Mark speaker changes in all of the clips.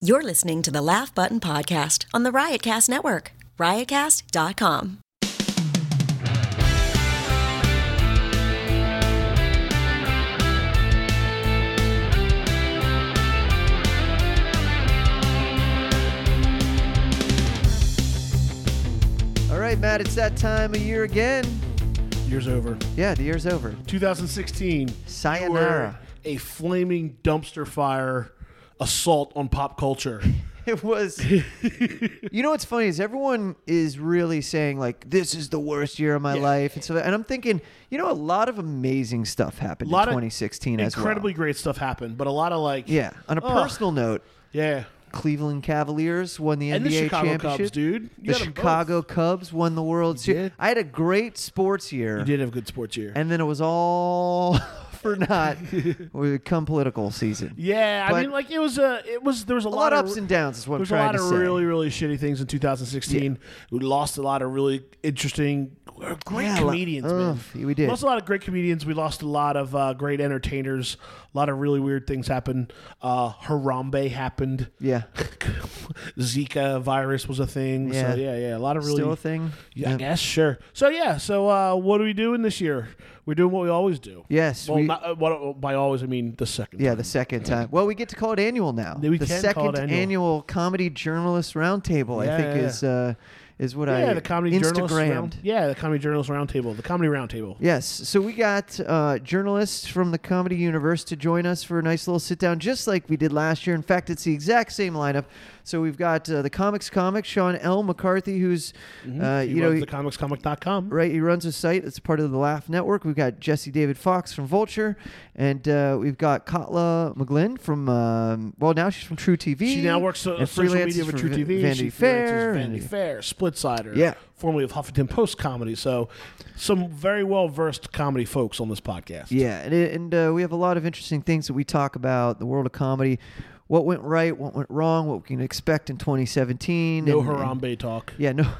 Speaker 1: You're listening to the Laugh Button Podcast on the Riotcast Network, riotcast.com.
Speaker 2: All right, Matt, it's that time of year again.
Speaker 3: Year's over.
Speaker 2: Yeah, the year's over.
Speaker 3: 2016. you
Speaker 2: Sayonara.
Speaker 3: were A flaming dumpster fire assault on pop culture.
Speaker 2: It was. you know what's funny is everyone is really saying like this is the worst year of my life and so and I'm thinking, you know, a lot of amazing stuff happened
Speaker 3: A lot
Speaker 2: in
Speaker 3: of
Speaker 2: 2016 as well.
Speaker 3: incredibly great stuff happened, but a lot of like
Speaker 2: Yeah, on a
Speaker 3: Ugh.
Speaker 2: personal note,
Speaker 3: yeah,
Speaker 2: Cleveland Cavaliers won the
Speaker 3: And
Speaker 2: NBA
Speaker 3: the Chicago
Speaker 2: championship.
Speaker 3: Cubs, dude. You
Speaker 2: the
Speaker 3: got 'em both.
Speaker 2: Chicago Cubs won the World Series.
Speaker 3: did.
Speaker 2: I had a great sports year.
Speaker 3: you did have a good sports year.
Speaker 2: And then it was all for naught. We come political season.
Speaker 3: yeah,
Speaker 2: but-
Speaker 3: I mean, like it was a, it was there was
Speaker 2: A
Speaker 3: a,
Speaker 2: lot of
Speaker 3: of
Speaker 2: ups and downs is what I'm
Speaker 3: There's a
Speaker 2: trying
Speaker 3: lot
Speaker 2: to
Speaker 3: of
Speaker 2: say.
Speaker 3: really, really shitty things in 2016. We lost a lot of really interesting, great
Speaker 2: Yeah, a lot-
Speaker 3: comedians. man.
Speaker 2: Ugh, we did.
Speaker 3: lost a lot of great comedians. We lost a lot of uh, great entertainers. A lot of really weird things happened. Uh, Harambe happened.
Speaker 2: Yeah.
Speaker 3: Zika virus was a thing.
Speaker 2: Yeah.
Speaker 3: So yeah, yeah, a lot of really
Speaker 2: Still a thing?
Speaker 3: Yeah,
Speaker 2: Yeah.
Speaker 3: I guess sure. So yeah, so uh, what are we doing this year? We're doing what we always do.
Speaker 2: Yes,
Speaker 3: Well,
Speaker 2: we-
Speaker 3: not, uh, what, by always I mean the second.
Speaker 2: Yeah,
Speaker 3: time.
Speaker 2: the second time. Well, we get to call it annual now.
Speaker 3: Yeah, we
Speaker 2: the
Speaker 3: can
Speaker 2: second
Speaker 3: call it annual.
Speaker 2: comedy journalist roundtable, I
Speaker 3: Yeah,
Speaker 2: think
Speaker 3: yeah,
Speaker 2: is uh, is what I
Speaker 3: yeah, the comedy journalist round,
Speaker 2: Instagrammed.
Speaker 3: Yeah, the comedy journalist roundtable. The comedy roundtable.
Speaker 2: Yes, so we got uh, journalists from the comedy universe to join us for a nice little sit down, just like we did last year. In fact, it's the exact same lineup. So we've got uh, the comics comic Sean L. McCarthy, who's uh,
Speaker 3: Mm-hmm. He
Speaker 2: you know
Speaker 3: runs the comicscomic.com.
Speaker 2: Right, he runs a site that's part of the Laugh Network. We've got Jesse David Fox from Vulture, and uh, we've got Katla McGlynn from um, well, now she's from True TV.
Speaker 3: She now works on
Speaker 2: and
Speaker 3: social
Speaker 2: freelances
Speaker 3: media with
Speaker 2: for
Speaker 3: True
Speaker 2: Van-
Speaker 3: TV.
Speaker 2: Vanity
Speaker 3: she
Speaker 2: Fair.
Speaker 3: freelances Vanity
Speaker 2: and-
Speaker 3: Fair, Splitsider,
Speaker 2: Yeah.
Speaker 3: formerly of Huffington Post comedy. So, some very well versed comedy folks on this podcast.
Speaker 2: Yeah, and, it- and uh, we have a lot of interesting things that we talk about the world of comedy, what went right, what went wrong, what we can expect in 2017.
Speaker 3: No
Speaker 2: and- uh, and-
Speaker 3: Harambe talk.
Speaker 2: Yeah, no.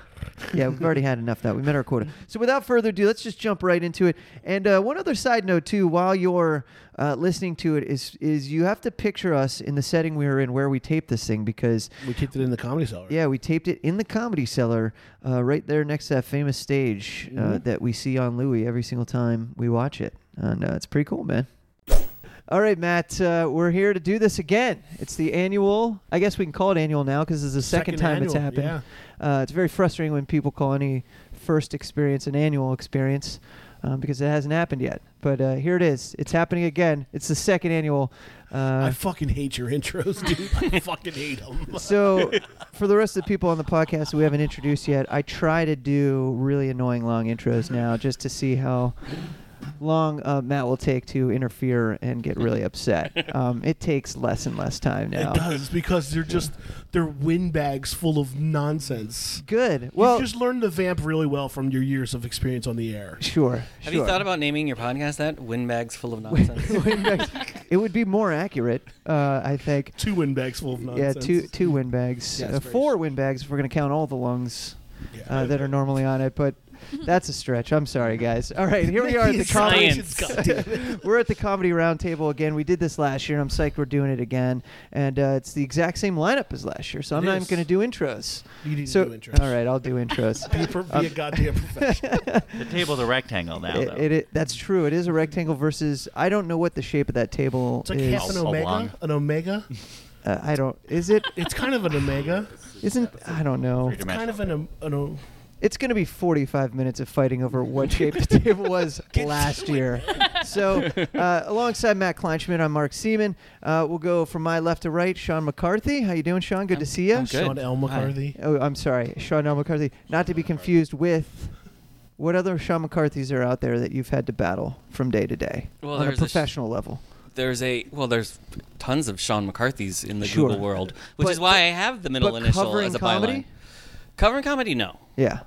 Speaker 2: Yeah, we've already had enough of that. We met our quota. So without further ado, let's just jump right into it. And uh, one other side note too, while you're uh, listening to it, is is you have to picture us in the setting we were in where we taped this thing because
Speaker 3: We kicked it in the comedy cellar.
Speaker 2: yeah, we taped it in the comedy cellar, uh, right there next to that famous stage uh,
Speaker 3: Mm-hmm.
Speaker 2: that we see on Louis every single time we watch it, and uh, it's pretty cool, man. All right, Matt, uh, we're here to do this again. It's the annual. I guess we can call it annual now because it's the second,
Speaker 3: Second
Speaker 2: time it's
Speaker 3: annual,
Speaker 2: happened. Uh, it's very frustrating when people call any first experience an annual experience um, because it hasn't happened yet. But uh, here it is. It's happening again. It's the second annual. Uh,
Speaker 3: I fucking hate your intros, dude. I fucking hate them.
Speaker 2: so, for the rest of the people on the podcast that we haven't introduced yet, I try to do really annoying long intros now just to see how long uh, Matt will take to interfere and get really upset. Um, it takes less and less time now.
Speaker 3: It does because they're just they're windbags full of nonsense.
Speaker 2: Good. Well,
Speaker 3: you just learn to vamp really well from your years of experience on the air.
Speaker 2: sure.
Speaker 4: Have
Speaker 2: sure.
Speaker 4: you thought about naming your podcast that? Windbags full of nonsense.
Speaker 2: it would be more accurate, uh, I think.
Speaker 3: Two windbags full of
Speaker 2: Yeah,
Speaker 3: nonsense.
Speaker 2: two two windbags,
Speaker 3: Yeah, it's
Speaker 2: uh,
Speaker 3: very
Speaker 2: four windbags if we're gonna count all the lungs
Speaker 3: Yeah.
Speaker 2: uh, that are normally on it. But that's a stretch. I'm sorry, guys. All right, here we are at the comedy
Speaker 4: Science.
Speaker 2: we're at the comedy roundtable again. We did this last year, and I'm psyched we're doing it again. And uh, it's the exact same lineup as last year, so I'm
Speaker 3: It
Speaker 2: not even
Speaker 3: is.
Speaker 2: going to do intros.
Speaker 3: You need to
Speaker 2: so,
Speaker 3: do intros.
Speaker 2: All right, I'll do intros. Um,
Speaker 3: Be, a pro- be a goddamn professional.
Speaker 5: The table's a rectangle now,
Speaker 2: It-
Speaker 5: though.
Speaker 2: it- it- that's true. It is a rectangle versus I don't know what the shape of that table
Speaker 3: It's like
Speaker 2: is.
Speaker 3: half an
Speaker 5: Oblong.
Speaker 3: omega. An omega.
Speaker 2: Uh, I don't. Is it?
Speaker 3: It's kind of an omega.
Speaker 2: Isn't? I don't know.
Speaker 3: It's kind of an om- an. o-
Speaker 2: It's going to be 45 minutes of fighting over what shape the table was last year. So, uh, alongside Matt Kleinschmidt, I'm Mark Seaman. Uh, we'll go from my left to right. Sean McCarthy, how you doing, Sean? Good to see you.
Speaker 4: I'm good.
Speaker 3: Sean L.
Speaker 4: Hi.
Speaker 3: McCarthy.
Speaker 2: Oh, I'm sorry, Sean L. McCarthy. Not to be confused with what other Sean McCarthys are out there that you've had to battle from day to day
Speaker 4: Well,
Speaker 2: on a
Speaker 4: there's a sh-
Speaker 2: professional level.
Speaker 4: there's a well, there's tons of Sean McCarthy's in the
Speaker 2: Sure.
Speaker 4: Google world, which
Speaker 2: But-
Speaker 4: is why I have the middle
Speaker 2: but
Speaker 4: initial
Speaker 2: covering
Speaker 4: as a
Speaker 2: comedy?
Speaker 4: byline. Covering comedy, no.
Speaker 2: Yeah,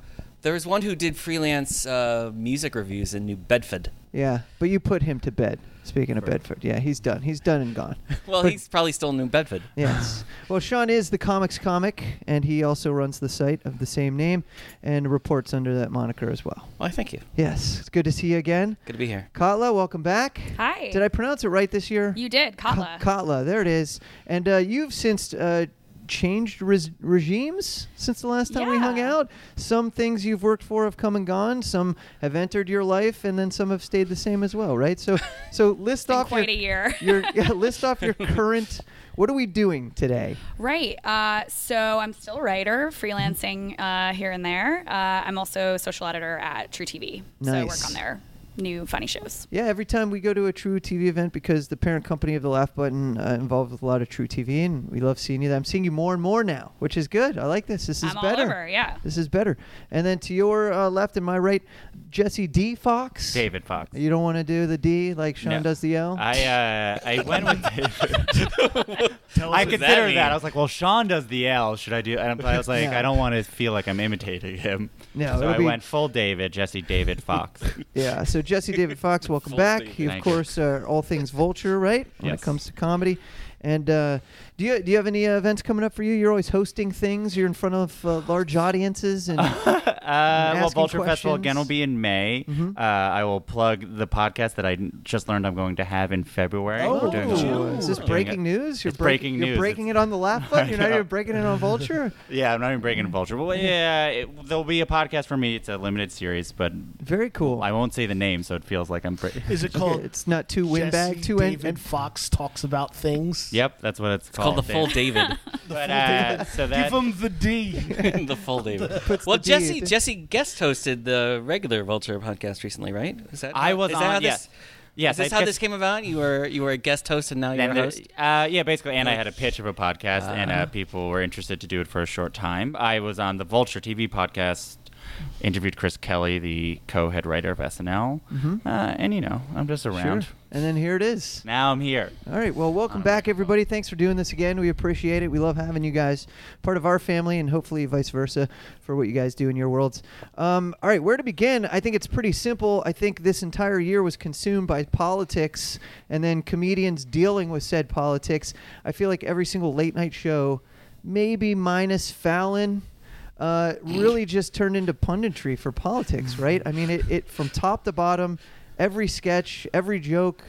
Speaker 4: There was one who did freelance uh, music reviews in New Bedford.
Speaker 2: yeah. But you put him to bed. Speaking of Bedford, yeah, he's done. He's done and gone.
Speaker 4: Well,
Speaker 2: But-
Speaker 4: he's probably still in New Bedford.
Speaker 2: Yes. Well, Sean is the comics comic, and he also runs the site of the same name and reports under that moniker as well.
Speaker 4: Well, thank you.
Speaker 2: Yes, it's good to see you again.
Speaker 4: Good to be here.
Speaker 2: Katla, welcome back.
Speaker 6: Hi.
Speaker 2: Did I pronounce it right this year?
Speaker 6: You did,
Speaker 2: Ka-
Speaker 6: Katla.
Speaker 2: Katla, there it is. And uh, you've since uh, changed res- regimes since the last time we hung
Speaker 6: Yeah.
Speaker 2: out. Some things you've worked for have come and gone. Some have entered your life, and then some have stayed the same as well, right? So, so list
Speaker 6: been
Speaker 2: off
Speaker 6: quite
Speaker 2: your,
Speaker 6: a year.
Speaker 2: your yeah, list off your current. What are we doing today?
Speaker 6: Right. Uh, so I'm still a writer, freelancing uh, here and there. Uh, I'm also social editor at True TV. So I
Speaker 2: Nice.
Speaker 6: work on their new funny shows.
Speaker 2: Yeah, every time we go to a True TV event because the parent company of the Laugh Button uh, involved with a lot of True TV, and we love seeing you. I'm seeing you more and more now, which is good. I like this. This is
Speaker 6: I'm
Speaker 2: better.
Speaker 6: all over. Yeah.
Speaker 2: This is better. And then to your uh, left and my right, Jesse D. Fox.
Speaker 5: David Fox.
Speaker 2: You don't want to do the D like Sean
Speaker 5: No.
Speaker 2: does the L.
Speaker 5: I uh, I went with David.
Speaker 3: Tell us
Speaker 5: I
Speaker 3: what
Speaker 5: considered
Speaker 4: that
Speaker 5: that,
Speaker 4: mean?
Speaker 5: I was like, well, Sean does the L. Should I do? And I was like,
Speaker 2: No.
Speaker 5: I don't want to feel like I'm imitating him.
Speaker 2: No,
Speaker 5: so
Speaker 2: it'll
Speaker 5: I
Speaker 2: be-
Speaker 5: went full David, Jesse David Fox.
Speaker 2: yeah. So Jesse David Fox, welcome
Speaker 4: Full
Speaker 2: back.
Speaker 4: David.
Speaker 2: You, of
Speaker 5: Thank you.
Speaker 2: course, uh, all things Vulture, right? When it
Speaker 5: Yes.
Speaker 2: comes to comedy. And uh, do you do you have any uh, events coming up for you? You're always hosting things. You're in front of uh, large audiences, and
Speaker 5: Uh, well,
Speaker 2: asking
Speaker 5: Vulture Festival again will
Speaker 2: questions. Mm-hmm.
Speaker 5: be in May. Uh, I will plug the podcast that I n- just learned I'm going to have in February.
Speaker 3: Oh,
Speaker 5: We're doing a-
Speaker 3: Ooh.
Speaker 2: is this
Speaker 5: doing a-
Speaker 2: breaking news? You're
Speaker 5: It's
Speaker 2: break-
Speaker 5: breaking
Speaker 2: You're
Speaker 5: news.
Speaker 2: breaking it on the laugh button. You're not
Speaker 5: know.
Speaker 2: even breaking it on Vulture.
Speaker 5: Yeah, I'm not even breaking Vulture. Well,
Speaker 2: Mm-hmm.
Speaker 5: yeah, it, there'll be a podcast for me. It's a limited series, but
Speaker 2: Very cool.
Speaker 5: I won't say the name, so it feels like I'm. Pre-
Speaker 3: Is it called?
Speaker 2: it's not two win bag,
Speaker 3: Jesse
Speaker 2: two end.
Speaker 3: David Fox talks about things.
Speaker 5: yep, that's what it's,
Speaker 4: Called the full David.
Speaker 5: But, uh, so that
Speaker 3: Give him the D.
Speaker 4: the full David. well,
Speaker 2: the D at
Speaker 4: Jesse
Speaker 2: the-
Speaker 4: Jesse guest hosted the regular Vulture podcast recently, right? Is that
Speaker 5: I was
Speaker 4: is
Speaker 5: on.
Speaker 4: that how
Speaker 5: yeah.
Speaker 4: this,
Speaker 5: Yes,
Speaker 4: is this
Speaker 5: I
Speaker 4: how
Speaker 5: guess-
Speaker 4: this came about? You were you were a guest host and now you're
Speaker 5: and
Speaker 4: a
Speaker 5: the-
Speaker 4: host.
Speaker 5: uh, yeah, basically, and I had a pitch of a podcast, and
Speaker 2: Uh-huh.
Speaker 5: uh, people were interested to do it for a short time. I was on the Vulture TV podcast, interviewed Chris Kelly, the co-head writer of SNL, uh, and you know, I'm just
Speaker 2: Mm-hmm.
Speaker 5: around.
Speaker 2: Sure. And then here it is.
Speaker 5: Now I'm here.
Speaker 2: All right. Well, welcome back, everybody. Thanks for doing this again. We appreciate it. We love having you guys part of our family and hopefully vice versa for what you guys do in your worlds. Um, all right. Where to begin? I think it's pretty simple. I think this entire year was consumed by politics and then comedians dealing with said politics. I feel like every single late night show, maybe minus Fallon. Uh, really just turned into punditry for politics, right? I mean, it, it from top to bottom, every sketch, every joke,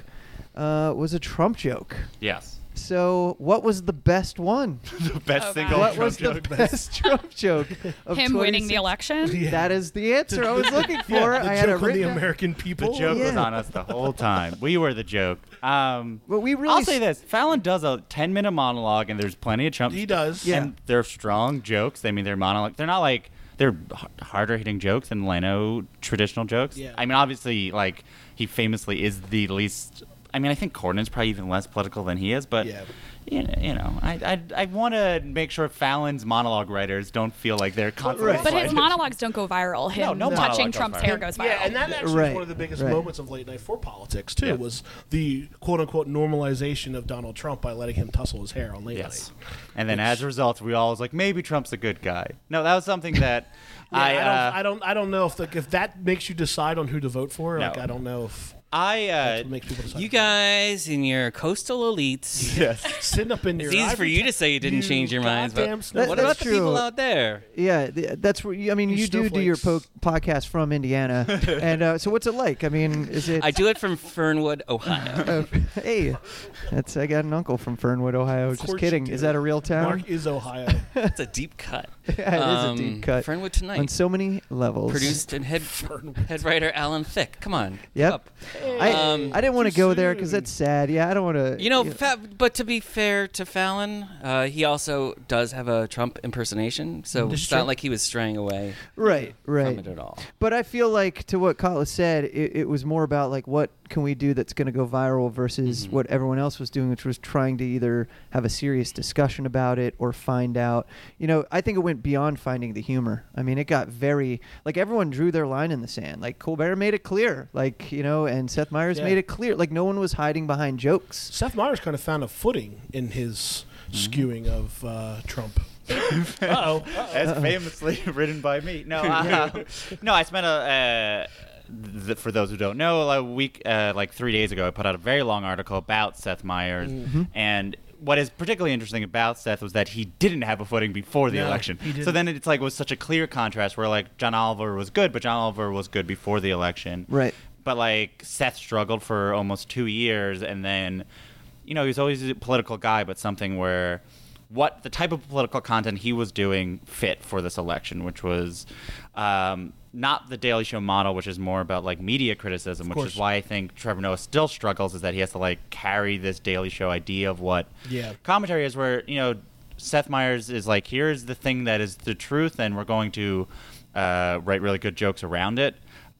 Speaker 2: uh, was a Trump joke.
Speaker 5: Yes,
Speaker 2: So, what was the best one?
Speaker 5: the best
Speaker 6: Oh,
Speaker 5: single.
Speaker 6: wow.
Speaker 2: what
Speaker 5: Trump
Speaker 2: was
Speaker 5: joke.
Speaker 2: the best Trump joke? Of
Speaker 6: Him winning the
Speaker 2: 26?
Speaker 6: election.
Speaker 2: That is the answer I was looking for.
Speaker 3: Yeah, the
Speaker 2: I had
Speaker 3: joke
Speaker 2: a
Speaker 3: on the
Speaker 2: written. down-
Speaker 3: American
Speaker 5: The
Speaker 3: people.
Speaker 5: joke was
Speaker 2: yeah.
Speaker 5: on us the whole time. We were the joke. Um,
Speaker 2: But we really
Speaker 5: I'll say
Speaker 2: s-
Speaker 5: this: Fallon does a ten-minute monologue, and there's plenty of Trump.
Speaker 3: He does.
Speaker 2: Yeah.
Speaker 5: and they're strong jokes. I mean, they're monologue. They're not like they're h- harder hitting jokes than Leno traditional jokes.
Speaker 3: Yeah.
Speaker 5: I mean, obviously, like he famously is the least. I mean, I think Cornyn's probably even less political than he is, but.
Speaker 3: Yeah.
Speaker 5: You know, you know, I I, I want to make sure Fallon's monologue writers don't feel like they're constantly.
Speaker 2: Right.
Speaker 6: But his
Speaker 5: slighted.
Speaker 6: monologues don't go viral. Him
Speaker 5: No, no
Speaker 6: touching
Speaker 5: monologue goes
Speaker 6: Trump's
Speaker 5: viral.
Speaker 6: hair goes viral.
Speaker 3: Yeah, and that actually
Speaker 2: Right,
Speaker 3: was one of the biggest
Speaker 2: right.
Speaker 3: moments of late night for politics too
Speaker 5: Yeah.
Speaker 3: was the quote unquote normalization of Donald Trump by letting him tussle his hair on late
Speaker 5: Yes.
Speaker 3: night.
Speaker 5: And then as a result, we all was like, maybe Trump's a good guy. No, that was something that
Speaker 3: Yeah, I,
Speaker 5: I. uh,
Speaker 3: don't, I don't I don't know if like if that makes you decide on who to vote for. Like
Speaker 5: No.
Speaker 3: I don't know if
Speaker 5: I uh,
Speaker 3: it makes people decide.
Speaker 4: You guys and your coastal elites.
Speaker 3: sitting up in your.
Speaker 4: It's easy for
Speaker 3: ivory
Speaker 4: you
Speaker 3: tower,
Speaker 4: to say you didn't
Speaker 3: you
Speaker 4: change your minds, but
Speaker 3: goddamn
Speaker 2: That-
Speaker 3: snowflake.
Speaker 4: what about
Speaker 2: that's
Speaker 4: the people
Speaker 2: true.
Speaker 4: out there?
Speaker 2: Yeah, th- that's where you, I mean, you,
Speaker 3: You
Speaker 2: do do your po-
Speaker 3: snowflakes.
Speaker 2: podcast from Indiana, and uh, so what's it like? I mean, is it?
Speaker 4: I do it from Fernwood, Ohio.
Speaker 2: uh, hey, that's I got an uncle from Fernwood, Ohio. Just
Speaker 3: course
Speaker 2: kidding.
Speaker 3: you
Speaker 2: Is
Speaker 3: do.
Speaker 2: that a real town?
Speaker 3: Mark is Ohio.
Speaker 4: That's a deep cut.
Speaker 2: yeah, it is a deep cut
Speaker 4: Um, Fernwood
Speaker 2: on
Speaker 4: tonight.
Speaker 2: so many levels.
Speaker 4: produced and head head writer Alan Thicke. Come on. keep
Speaker 2: Yep.
Speaker 4: up.
Speaker 2: I,
Speaker 4: Um,
Speaker 2: I didn't want to
Speaker 3: too
Speaker 2: go there because
Speaker 3: soon.
Speaker 2: that's sad. Yeah, I don't want to.
Speaker 4: You know, fa- but to be fair to Fallon, uh, he also does have a Trump impersonation, so it's not like he was straying away
Speaker 2: right,
Speaker 4: from
Speaker 2: Mm, right.
Speaker 4: it at all.
Speaker 2: But I feel like to what Kotler said, it, it was more about like what can we do that's going to go viral versus what everyone else was doing, which was trying to either have a serious discussion about it or find out. You know, I think it went beyond finding the humor. I mean, it got very like everyone drew their line in the sand. Like Colbert made it clear, like you know, and Seth Meyers
Speaker 3: Yeah.
Speaker 2: made it clear. Like no one was hiding behind jokes.
Speaker 3: Seth Meyers kind of found a footing in his skewing of uh, Trump.
Speaker 5: Uh-oh. As famously written by me. No, uh, no, I spent a. Uh, th- for those who don't know, a week, uh, like three days ago, I put out a very long article about Seth Meyers.
Speaker 3: Mm-hmm.
Speaker 5: And what is particularly interesting about Seth was that he didn't have a footing before the
Speaker 3: No,
Speaker 5: election.
Speaker 3: he
Speaker 5: So
Speaker 3: didn't.
Speaker 5: then it's like was such a clear contrast where like John Oliver was good, but John Oliver was good before the election.
Speaker 2: Right.
Speaker 5: But like Seth struggled for almost two years, and then, you know, he was always a political guy, but something where what the type of political content he was doing fit for this election, which was um, not the Daily Show model, which is more about like media criticism, which
Speaker 3: course.
Speaker 5: is why I think Trevor Noah still struggles is that he has to like carry this Daily Show idea of what
Speaker 3: Yeah.
Speaker 5: commentary is where you know Seth Meyers is like, here's the thing that is the truth, and we're going to uh, write really good jokes around it,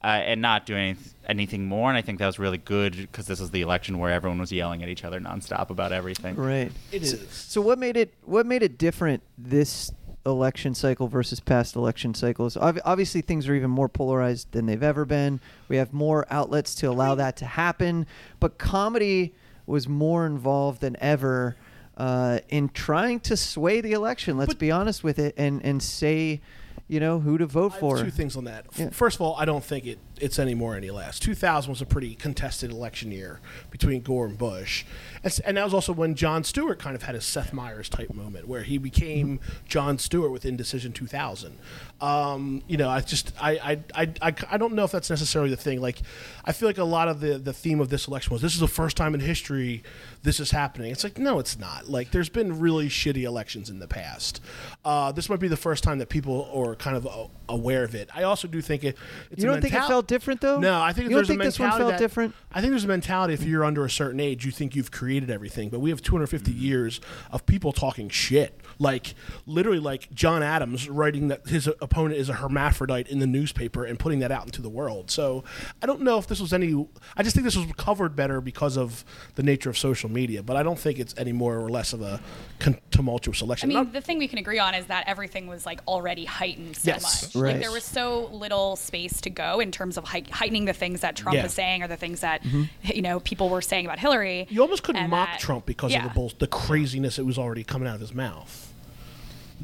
Speaker 5: uh, and not do any- anything more. And I think that was really good because this was the election where everyone was yelling at each other nonstop about everything.
Speaker 2: Right.
Speaker 3: It
Speaker 2: so,
Speaker 3: is.
Speaker 2: So what made it what made it different this election cycle versus past election cycles? Ob- obviously, things are even more polarized than they've ever been. We have more outlets to allow that to happen, but comedy was more involved than ever. Uh, in trying to sway the election, let's be honest with it, and, and say, you know, who to vote
Speaker 3: I have
Speaker 2: for.
Speaker 3: two things on that. F-
Speaker 2: Yeah.
Speaker 3: First of all, I don't think it, it's any more any less. 2000 was a pretty contested election year between Gore and Bush, and, s- and that was also when John Stewart kind of had a Seth Meyers type moment where he became John Stewart with Indecision 2000. Um, you know, I just I I, I I I don't know if that's necessarily the thing. Like, I feel like a lot of the the theme of this election was this is the first time in history this is happening. It's like no, it's not. Like, there's been really shitty elections in the past. Uh, this might be the first time that people are kind of a- aware of it. I also do think it. It's
Speaker 2: You
Speaker 3: a
Speaker 2: don't think it
Speaker 3: mental-
Speaker 2: felt different, though?
Speaker 3: No, I think
Speaker 2: You don't
Speaker 3: there's
Speaker 2: think
Speaker 3: a
Speaker 2: this one felt
Speaker 3: mentality that-
Speaker 2: different?
Speaker 3: I think there's a mentality if you're under a certain age, you think you've created everything. But we have 250 years of people talking shit. Like literally, like John Adams writing that his opponent is a hermaphrodite in the newspaper and putting that out into the world. So I don't know if this was any. I just think this was covered better because of the nature of social media. But I don't think it's any more or less of a con- tumultuous
Speaker 6: I
Speaker 3: election.
Speaker 6: mean,
Speaker 3: Not-
Speaker 6: the thing we can agree on is that everything was like already heightened so
Speaker 3: Yes.
Speaker 6: much.
Speaker 2: Right.
Speaker 6: Like there was so little space to go in terms of hei- heightening the things that Trump
Speaker 3: Yeah.
Speaker 6: was saying or the things that you know people were saying about Hillary.
Speaker 3: You almost couldn't
Speaker 6: and
Speaker 3: mock
Speaker 6: that-
Speaker 3: Trump because
Speaker 6: yeah.
Speaker 3: of the bull, the craziness that was already coming out of his mouth.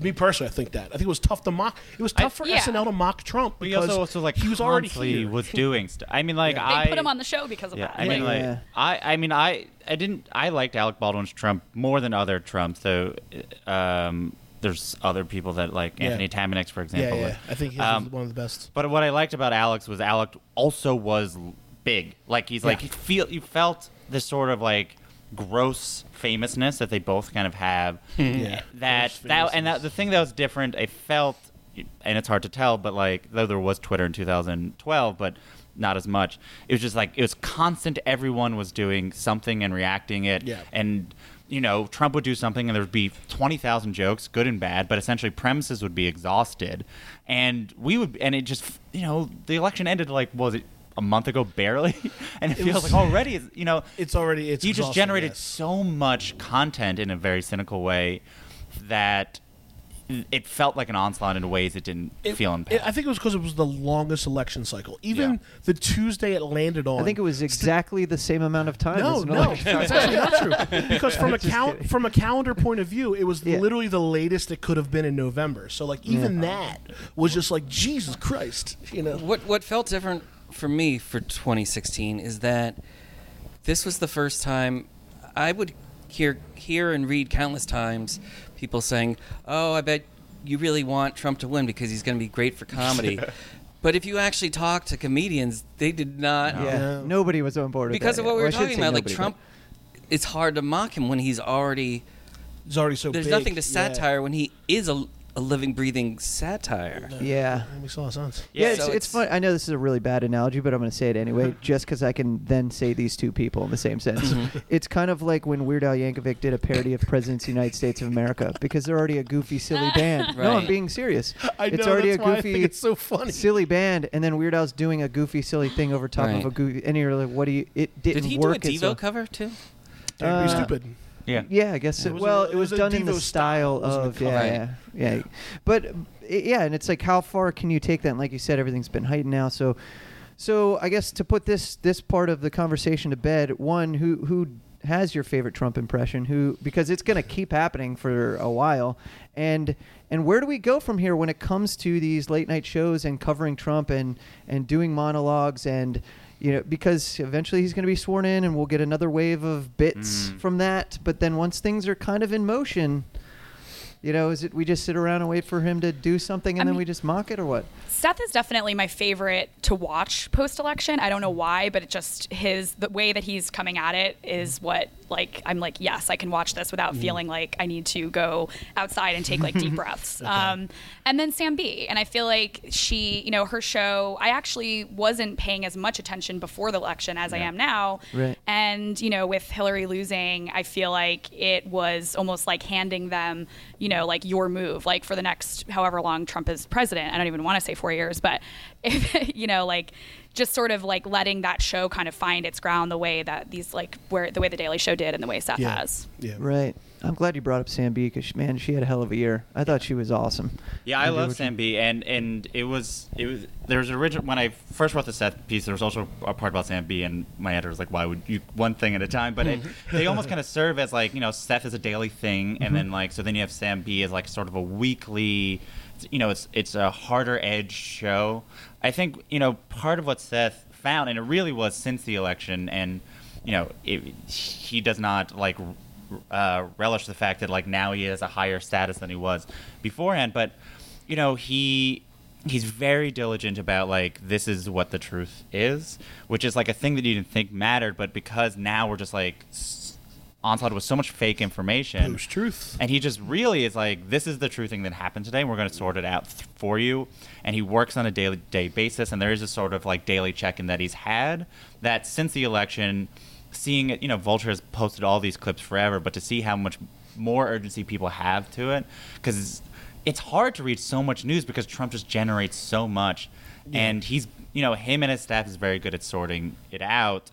Speaker 3: Me personally, I think that I think it was tough to mock. It was tough for
Speaker 6: yeah.
Speaker 3: SNL to mock Trump
Speaker 5: But he
Speaker 3: because
Speaker 5: also, also like
Speaker 3: he was already
Speaker 5: constantly
Speaker 3: here.
Speaker 5: was doing stuff. I mean, like
Speaker 6: They
Speaker 5: I
Speaker 6: put him on the show because of
Speaker 5: Yeah,
Speaker 6: that.
Speaker 5: I mean,
Speaker 2: Yeah.
Speaker 5: like,
Speaker 2: Yeah.
Speaker 5: I, I mean, I, I didn't, I liked Alec Baldwin's Trump more than other Trumps. Though, um, there's other people that like
Speaker 3: Yeah.
Speaker 5: Anthony Taminex, for
Speaker 3: yeah,
Speaker 5: example.
Speaker 3: yeah. I think he was
Speaker 5: Um,
Speaker 3: one of the best.
Speaker 5: But what I liked about Alex was Alec also was l- big. Like he's like
Speaker 3: Yeah.
Speaker 5: you feel you felt this sort of like gross famousness that they both kind of have.
Speaker 3: Yeah.
Speaker 5: eh, That
Speaker 3: Gross
Speaker 5: that
Speaker 3: famousness.
Speaker 5: and that the thing that was different, I felt and it's hard to tell, but like though there was Twitter in 2012, but not as much. It was just like it was constant everyone was doing something and reacting it
Speaker 3: Yeah.
Speaker 5: and you know, Trump would do something and there would be 20,000 jokes, good and bad, but essentially premises would be exhausted. And we would, and it just, you know, the election ended like, what was it a month ago, barely? and it,
Speaker 3: It
Speaker 5: feels
Speaker 3: was-
Speaker 5: like already, it's- you know,
Speaker 3: It's already it's
Speaker 5: you just
Speaker 3: exhausting,
Speaker 5: generated
Speaker 3: yes.
Speaker 5: so much content in a very cynical way that it felt like an onslaught in ways it didn't
Speaker 3: It-
Speaker 5: feel in
Speaker 3: it- I think it was because it was the longest election cycle. Even
Speaker 5: Yeah.
Speaker 3: the Tuesday it landed on.
Speaker 2: I think it was exactly the same amount of time.
Speaker 3: No,
Speaker 2: as an
Speaker 3: no,
Speaker 2: election.
Speaker 3: that's actually not true. Because from a cal- from a calendar point of view, it was
Speaker 2: Yeah. Mm.
Speaker 3: literally the latest it could have been in November. So like even that was just like Jesus Christ, you know.
Speaker 4: What what felt different for me for 2016 is that this was the first time I would hear hear and read countless times people saying, "Oh, I bet you really want Trump to win because he's going to be great for comedy." but if you actually talk to comedians, they did not
Speaker 2: Yeah, nobody was on board with
Speaker 4: because
Speaker 2: that
Speaker 4: of what
Speaker 2: yet.
Speaker 4: we
Speaker 2: Or I
Speaker 4: were
Speaker 2: should
Speaker 4: talking
Speaker 2: say
Speaker 4: about. Like
Speaker 2: nobody, but-
Speaker 4: Trump, it's hard to mock him when he's already
Speaker 3: It's already so
Speaker 4: there's
Speaker 3: big.
Speaker 4: nothing to
Speaker 3: Yeah.
Speaker 4: satire when he is a, a living, breathing satire.
Speaker 2: Yeah.
Speaker 3: That makes a lot of sense.
Speaker 2: Yeah,
Speaker 4: Yeah,
Speaker 2: it's,
Speaker 4: so
Speaker 2: it's
Speaker 4: it's-
Speaker 2: fun. I know this is a really bad analogy, but I'm going to say it anyway, just because I can then say these two people in the same sentence. it's kind of like when Weird Al Yankovic did a parody of Presidents of the United States of America, because they're already a goofy, silly band. No, I'm
Speaker 4: Right.
Speaker 2: being serious.
Speaker 3: I
Speaker 2: it's
Speaker 3: know,
Speaker 2: already
Speaker 3: that's
Speaker 2: a
Speaker 3: why I
Speaker 2: goofy,
Speaker 3: think it's so funny.
Speaker 2: silly band, and then Weird Al's doing a goofy, silly thing over top
Speaker 4: Right.
Speaker 2: of a goofy, and you're like, what do you? It didn't
Speaker 4: Did he do a
Speaker 2: work. as
Speaker 4: Devo cover too?
Speaker 3: Don't
Speaker 2: Uh,
Speaker 3: be stupid.
Speaker 5: yeah.
Speaker 2: Yeah, I guess. It,
Speaker 3: was a-
Speaker 2: well,
Speaker 3: it
Speaker 2: it was,
Speaker 3: was a
Speaker 2: done in the
Speaker 3: Devo
Speaker 2: style,
Speaker 3: style, it wasn't a
Speaker 2: of yeah,
Speaker 4: cover.
Speaker 2: yeah, yeah, But uh, yeah, and it's like how far can you take that? And like you said, everything's been heightened now. So, so I guess to put this this part of the conversation to bed, one who who has your favorite Trump impression? Who because it's going to keep happening for a while, and and where do we go from here when it comes to these late night shows and covering Trump and and doing monologues and you know, because eventually he's going to be sworn in, and we'll get another wave of bits from that. But then once things are kind of in motion, you know, is it we just sit around and wait for him to do something, and
Speaker 6: I
Speaker 2: then
Speaker 6: mean-
Speaker 2: we just mock it, or what?
Speaker 6: Seth is definitely my favorite to watch post election. I don't know why, but it just his the way that he's coming at it is what like I'm like yes, I can watch this without feeling like I need to go outside and take like deep breaths. Um, and then Sam B, and I feel like she, you know, her show. I actually wasn't paying as much attention before the election as I am now.
Speaker 2: Right.
Speaker 6: And you know, with Hillary losing, I feel like it was almost like handing them, you know, like your move, like for the next however long Trump is president. I don't even want to say four years, but if, you know, like just sort of like letting that show kind of find its ground the way that these like where the way the Daily Show did and the way Seth
Speaker 3: Yeah.
Speaker 6: has.
Speaker 3: Yeah.
Speaker 2: Right. I'm glad you brought up Sam B because man, she had a hell of a year. I thought she was awesome.
Speaker 5: Yeah, I love Sam B. And and it was it was there was original when I first wrote the Seth piece. There was also a part about Sam B. And my editor was like, "Why would you one thing at a time?" But it, they almost kind of serve as like you know Seth is a daily thing, and then like so then you have Sam B. as like sort of a weekly. You know, it's it's a harder edge show. I think you know part of what Seth found, and it really was since the election, and you know it, he does not like uh, relish the fact that like now he has a higher status than he was beforehand. But you know he he's very diligent about like this is what the truth is, which is like a thing that you didn't think mattered, but because now we're just like s- onslaught with so much fake information,
Speaker 3: Post truth.
Speaker 5: and he just really is like, this is the true thing that happened today, and we're going to sort it out th- for you. And he works on a daily day basis, and there is a sort of like daily check in that he's had that since the election, seeing it, you know, Vulture has posted all these clips forever, but to see how much more urgency people have to it, because it's hard to read so much news because Trump just generates so much. And he's, you know, him and his staff is very good at sorting it out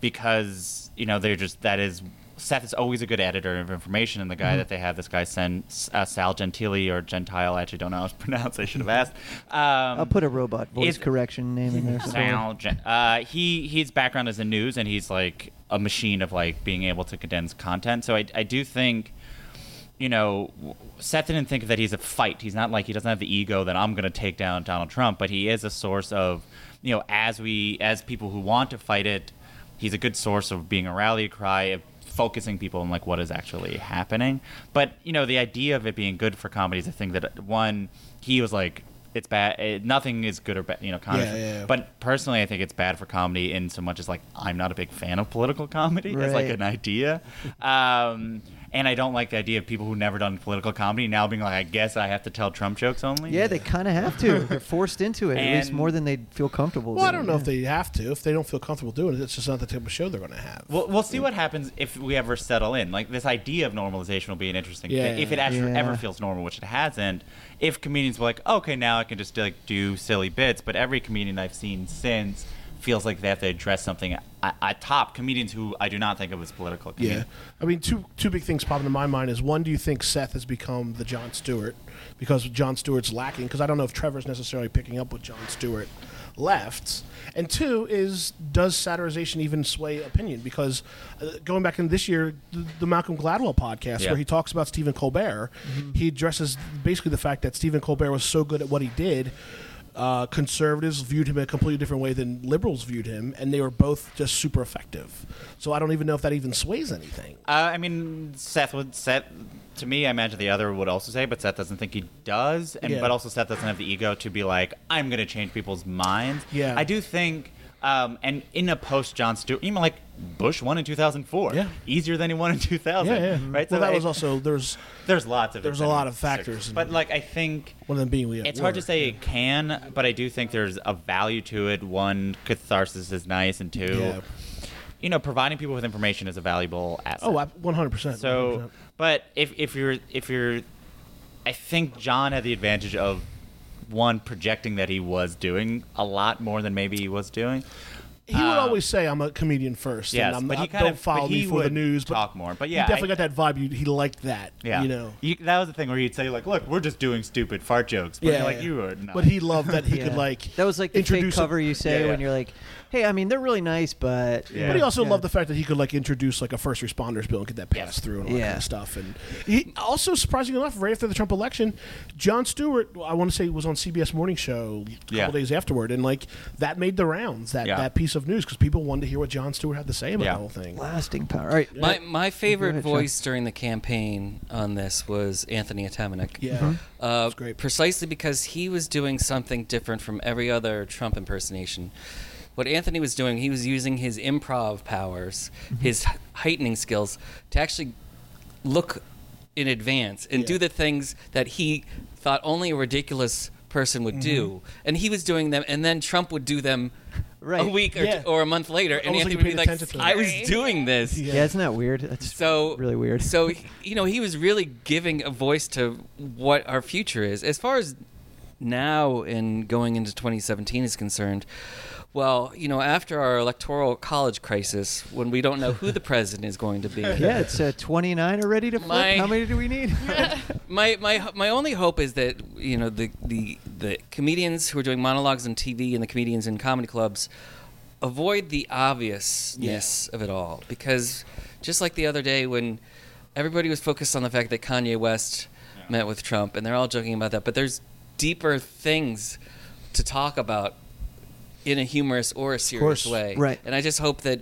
Speaker 5: because you know they're just that is Seth is always a good editor of information, and the
Speaker 2: Mm-hmm.
Speaker 5: guy that they have, this guy Sen, uh, Sal Gentili or Gentile, I actually don't know how it's pronounced. I should have asked. Um,
Speaker 2: I'll put a robot voice
Speaker 5: Is-
Speaker 2: correction name in there. somewhere.
Speaker 5: Sal Gen- uh, he his background is in news, and he's like a machine of like being able to condense content. So I I do think you know, Seth didn't think that he's a fight. He's not like he doesn't have the ego that I'm going to take down Donald Trump, but he is a source of, you know, as we as people who want to fight it, he's a good source of being a rally cry, of focusing people on like what is actually happening. But you know, the idea of it being good for comedy is a thing that one he was like, it's bad. eh, nothing is good or bad. You know, comedy.
Speaker 3: Yeah, yeah, yeah.
Speaker 5: But personally, I think it's bad for comedy in so much as like I'm not a big fan of political comedy as like
Speaker 2: Right.
Speaker 5: an idea. Um, and I don't like the idea of people who never done political comedy now being like, I guess I have to tell Trump jokes only.
Speaker 2: Yeah, they kind of have to. They're forced into it, at least
Speaker 5: And-
Speaker 2: more than they'd feel comfortable.
Speaker 3: Well, I
Speaker 2: doing,
Speaker 3: don't know
Speaker 2: yeah.
Speaker 3: if they have to. If they don't feel comfortable doing it, it's just not the type of show they're going to have.
Speaker 5: We'll, we'll see what happens if we ever settle in. Like this idea of normalization will be an interesting
Speaker 3: Yeah.
Speaker 5: thing if it actually
Speaker 2: Yeah.
Speaker 5: ever feels normal, which it hasn't. If comedians were like, okay, now I can just like do silly bits, but every comedian I've seen since feels like they have to address something atop comedians who I do not think of as political.
Speaker 3: Yeah,
Speaker 5: comedians.
Speaker 3: I mean, two two big things pop into my mind is one: Do you think Seth has become the John Stewart because John Stewart's lacking? Because I don't know if Trevor's necessarily picking up what John Stewart left. And two is does satirization even sway opinion? Because uh, going back in this year, the, the Malcolm Gladwell podcast
Speaker 5: Yeah.
Speaker 3: where he talks about Stephen Colbert,
Speaker 2: Mm-hmm.
Speaker 3: he addresses basically the fact that Stephen Colbert was so good at what he did uh, conservatives viewed him in a completely different way than liberals viewed him, and they were both just super effective. So I don't even know if that even sways anything.
Speaker 5: Uh, I mean, Seth would Seth. To me, I imagine the other would also say, but Seth doesn't think he does, and
Speaker 3: Yeah.
Speaker 5: but also Seth doesn't have the ego to be like, I'm going to change people's minds.
Speaker 3: Yeah.
Speaker 5: I do think, um, and in a post John Stewart, even like Bush won in 2004,
Speaker 3: Yeah. Mm-hmm.
Speaker 5: easier than he won in 2000, Mm-hmm. right?
Speaker 3: Well, that
Speaker 5: I-
Speaker 3: was also there's
Speaker 5: there's lots of
Speaker 3: there's a
Speaker 5: incentive
Speaker 3: lot of factors.
Speaker 5: but like I think
Speaker 3: one of them being we. at
Speaker 5: it's hard to
Speaker 3: war.
Speaker 5: say it can, but I do think there's a value to it. One, catharsis is nice, and two,
Speaker 3: Yeah.
Speaker 5: you know, providing people with information is a valuable asset.
Speaker 3: Oh, one hundred percent.
Speaker 5: So, but if if you're if you're, I think John had the advantage of one projecting that he was doing a lot more than maybe he was doing.
Speaker 3: he would always say, "I'm a comedian first,
Speaker 5: uh, yes,
Speaker 3: and I'm,
Speaker 5: but he
Speaker 3: I
Speaker 5: kind
Speaker 3: don't
Speaker 5: of-
Speaker 3: follow
Speaker 5: but
Speaker 3: me
Speaker 5: he
Speaker 3: for the
Speaker 5: would
Speaker 3: news." But
Speaker 5: talk more. But yeah,
Speaker 3: he definitely
Speaker 5: I-
Speaker 3: got that vibe. You, he liked that.
Speaker 5: Yeah,
Speaker 3: you know.
Speaker 5: that was the thing where he'd say like, "Look, we're just doing stupid fart jokes," but
Speaker 3: yeah,
Speaker 5: like
Speaker 3: yeah.
Speaker 5: you are not.
Speaker 3: But he loved that he
Speaker 2: Yeah.
Speaker 3: could like
Speaker 2: that was like the fake
Speaker 3: introduce a-
Speaker 2: cover you say
Speaker 5: yeah.
Speaker 2: when you're like, "Hey, I mean, they're really nice, but."
Speaker 5: Yeah.
Speaker 3: But he also
Speaker 2: Yeah.
Speaker 3: loved the fact that he could like introduce like a first responders bill and get that passed through and all that
Speaker 2: Yeah.
Speaker 3: kind of stuff. And he also surprisingly enough, right after the Trump election, John Stewart, I want to say, was on CBS Morning Show a couple
Speaker 5: Yeah.
Speaker 3: days afterward, and like that made the rounds that
Speaker 5: Yeah.
Speaker 3: that piece of news because people wanted to hear what John Stewart had to say about
Speaker 5: Yeah.
Speaker 3: the whole thing.
Speaker 2: Lasting power. All right.
Speaker 4: My, my favorite
Speaker 2: ahead, Sean.
Speaker 4: voice during the campaign on this was Anthony Atamanik.
Speaker 3: Yeah,
Speaker 2: Mm-hmm.
Speaker 3: Mhm.
Speaker 4: Uh,
Speaker 2: Um,
Speaker 3: That's great.
Speaker 4: Precisely because he was doing something different from every other Trump impersonation. what Anthony was doing, he was using his improv powers,
Speaker 3: Mm-hmm.
Speaker 4: his h- heightening skills, to actually look in advance and do the things that he thought only a ridiculous person would do.
Speaker 3: Mm-hmm.
Speaker 4: And he was doing them, and then Trump would do them
Speaker 2: Right.
Speaker 4: a week or,
Speaker 3: Yeah.
Speaker 4: or a month later. And
Speaker 3: Almost
Speaker 4: Anthony
Speaker 3: like you
Speaker 4: would be
Speaker 3: paid
Speaker 4: like,
Speaker 3: attention to
Speaker 4: I
Speaker 3: them.
Speaker 4: was doing this.
Speaker 2: Yeah, isn't that weird? That's
Speaker 4: So
Speaker 2: really weird.
Speaker 4: So you know, he was really giving a voice to what our future is, as far as now and going into 2017 is concerned. Well, you know, after our electoral college crisis, when we don't know who the president is going to be,
Speaker 2: yeah, it's uh, 29 already to flip.
Speaker 4: My-
Speaker 2: How many do we need?
Speaker 4: my my my only hope is that you know the the the comedians who are doing monologues on TV and the comedians in comedy clubs avoid the obviousness of it all because just like the other day when everybody was focused on the fact that Kanye West met with Trump and they're all joking about that but there's deeper things to talk about in a humorous or a serious
Speaker 3: course.
Speaker 4: way
Speaker 2: Right.
Speaker 4: and I just hope that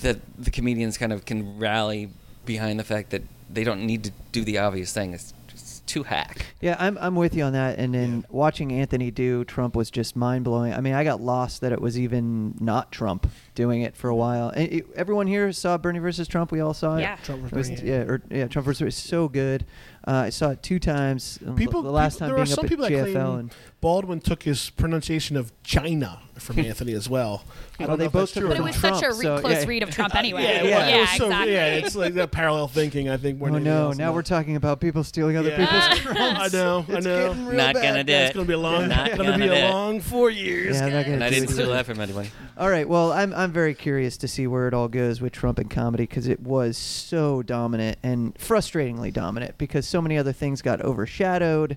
Speaker 4: that the comedians kind of can rally behind the fact that they don't need to do the obvious thing. It's just too hack.
Speaker 2: Yeah, I'm, I'm with you on that. And then watching Anthony do Trump was just mind blowing. I mean, I got lost that it was even not Trump doing it for a while. And it- everyone here saw Bernie versus Trump. We all saw it.
Speaker 6: Yeah.
Speaker 3: Trump versus
Speaker 2: It was-
Speaker 3: Bernie.
Speaker 2: Yeah, or, yeah, Trump versus Bernie. It's so good. Uh, I saw it two times. uh,
Speaker 3: People,
Speaker 2: the last
Speaker 3: people-
Speaker 2: time
Speaker 3: there
Speaker 2: being
Speaker 3: are some
Speaker 2: up
Speaker 3: people
Speaker 2: at
Speaker 3: that
Speaker 2: JFL
Speaker 3: claim
Speaker 2: and
Speaker 3: Baldwin took his pronunciation of China from Anthony as well. I
Speaker 2: Well,
Speaker 3: don't
Speaker 2: they
Speaker 3: know if that's
Speaker 2: both took
Speaker 3: true
Speaker 2: it
Speaker 3: or
Speaker 6: But it
Speaker 2: from
Speaker 3: not.
Speaker 2: Trump,
Speaker 6: was such a re-
Speaker 2: so-
Speaker 6: close
Speaker 2: yeah.
Speaker 6: read of Trump anyway.
Speaker 3: Yeah,
Speaker 6: Yeah,
Speaker 3: it was- it was so-
Speaker 6: exactly.
Speaker 3: yeah, it's like that parallel thinking. I think. more
Speaker 2: Oh
Speaker 3: than anything
Speaker 2: no!
Speaker 3: else.
Speaker 2: Now we're talking about people stealing other people's
Speaker 3: Yeah. I know. I know.
Speaker 4: Not gonna do
Speaker 3: Yeah,
Speaker 4: it.
Speaker 3: it's gonna be a long.
Speaker 4: Not
Speaker 3: It's gonna
Speaker 4: gonna
Speaker 3: be
Speaker 4: do
Speaker 3: a
Speaker 4: it.
Speaker 3: long four years.
Speaker 2: Yeah, I'm not gonna
Speaker 4: And I
Speaker 2: do
Speaker 4: didn't
Speaker 2: it.
Speaker 4: steal that from anybody.
Speaker 2: All right. Well, I'm I'm very curious to see where it all goes with Trump and comedy because it was so dominant and frustratingly dominant because so many other things got overshadowed,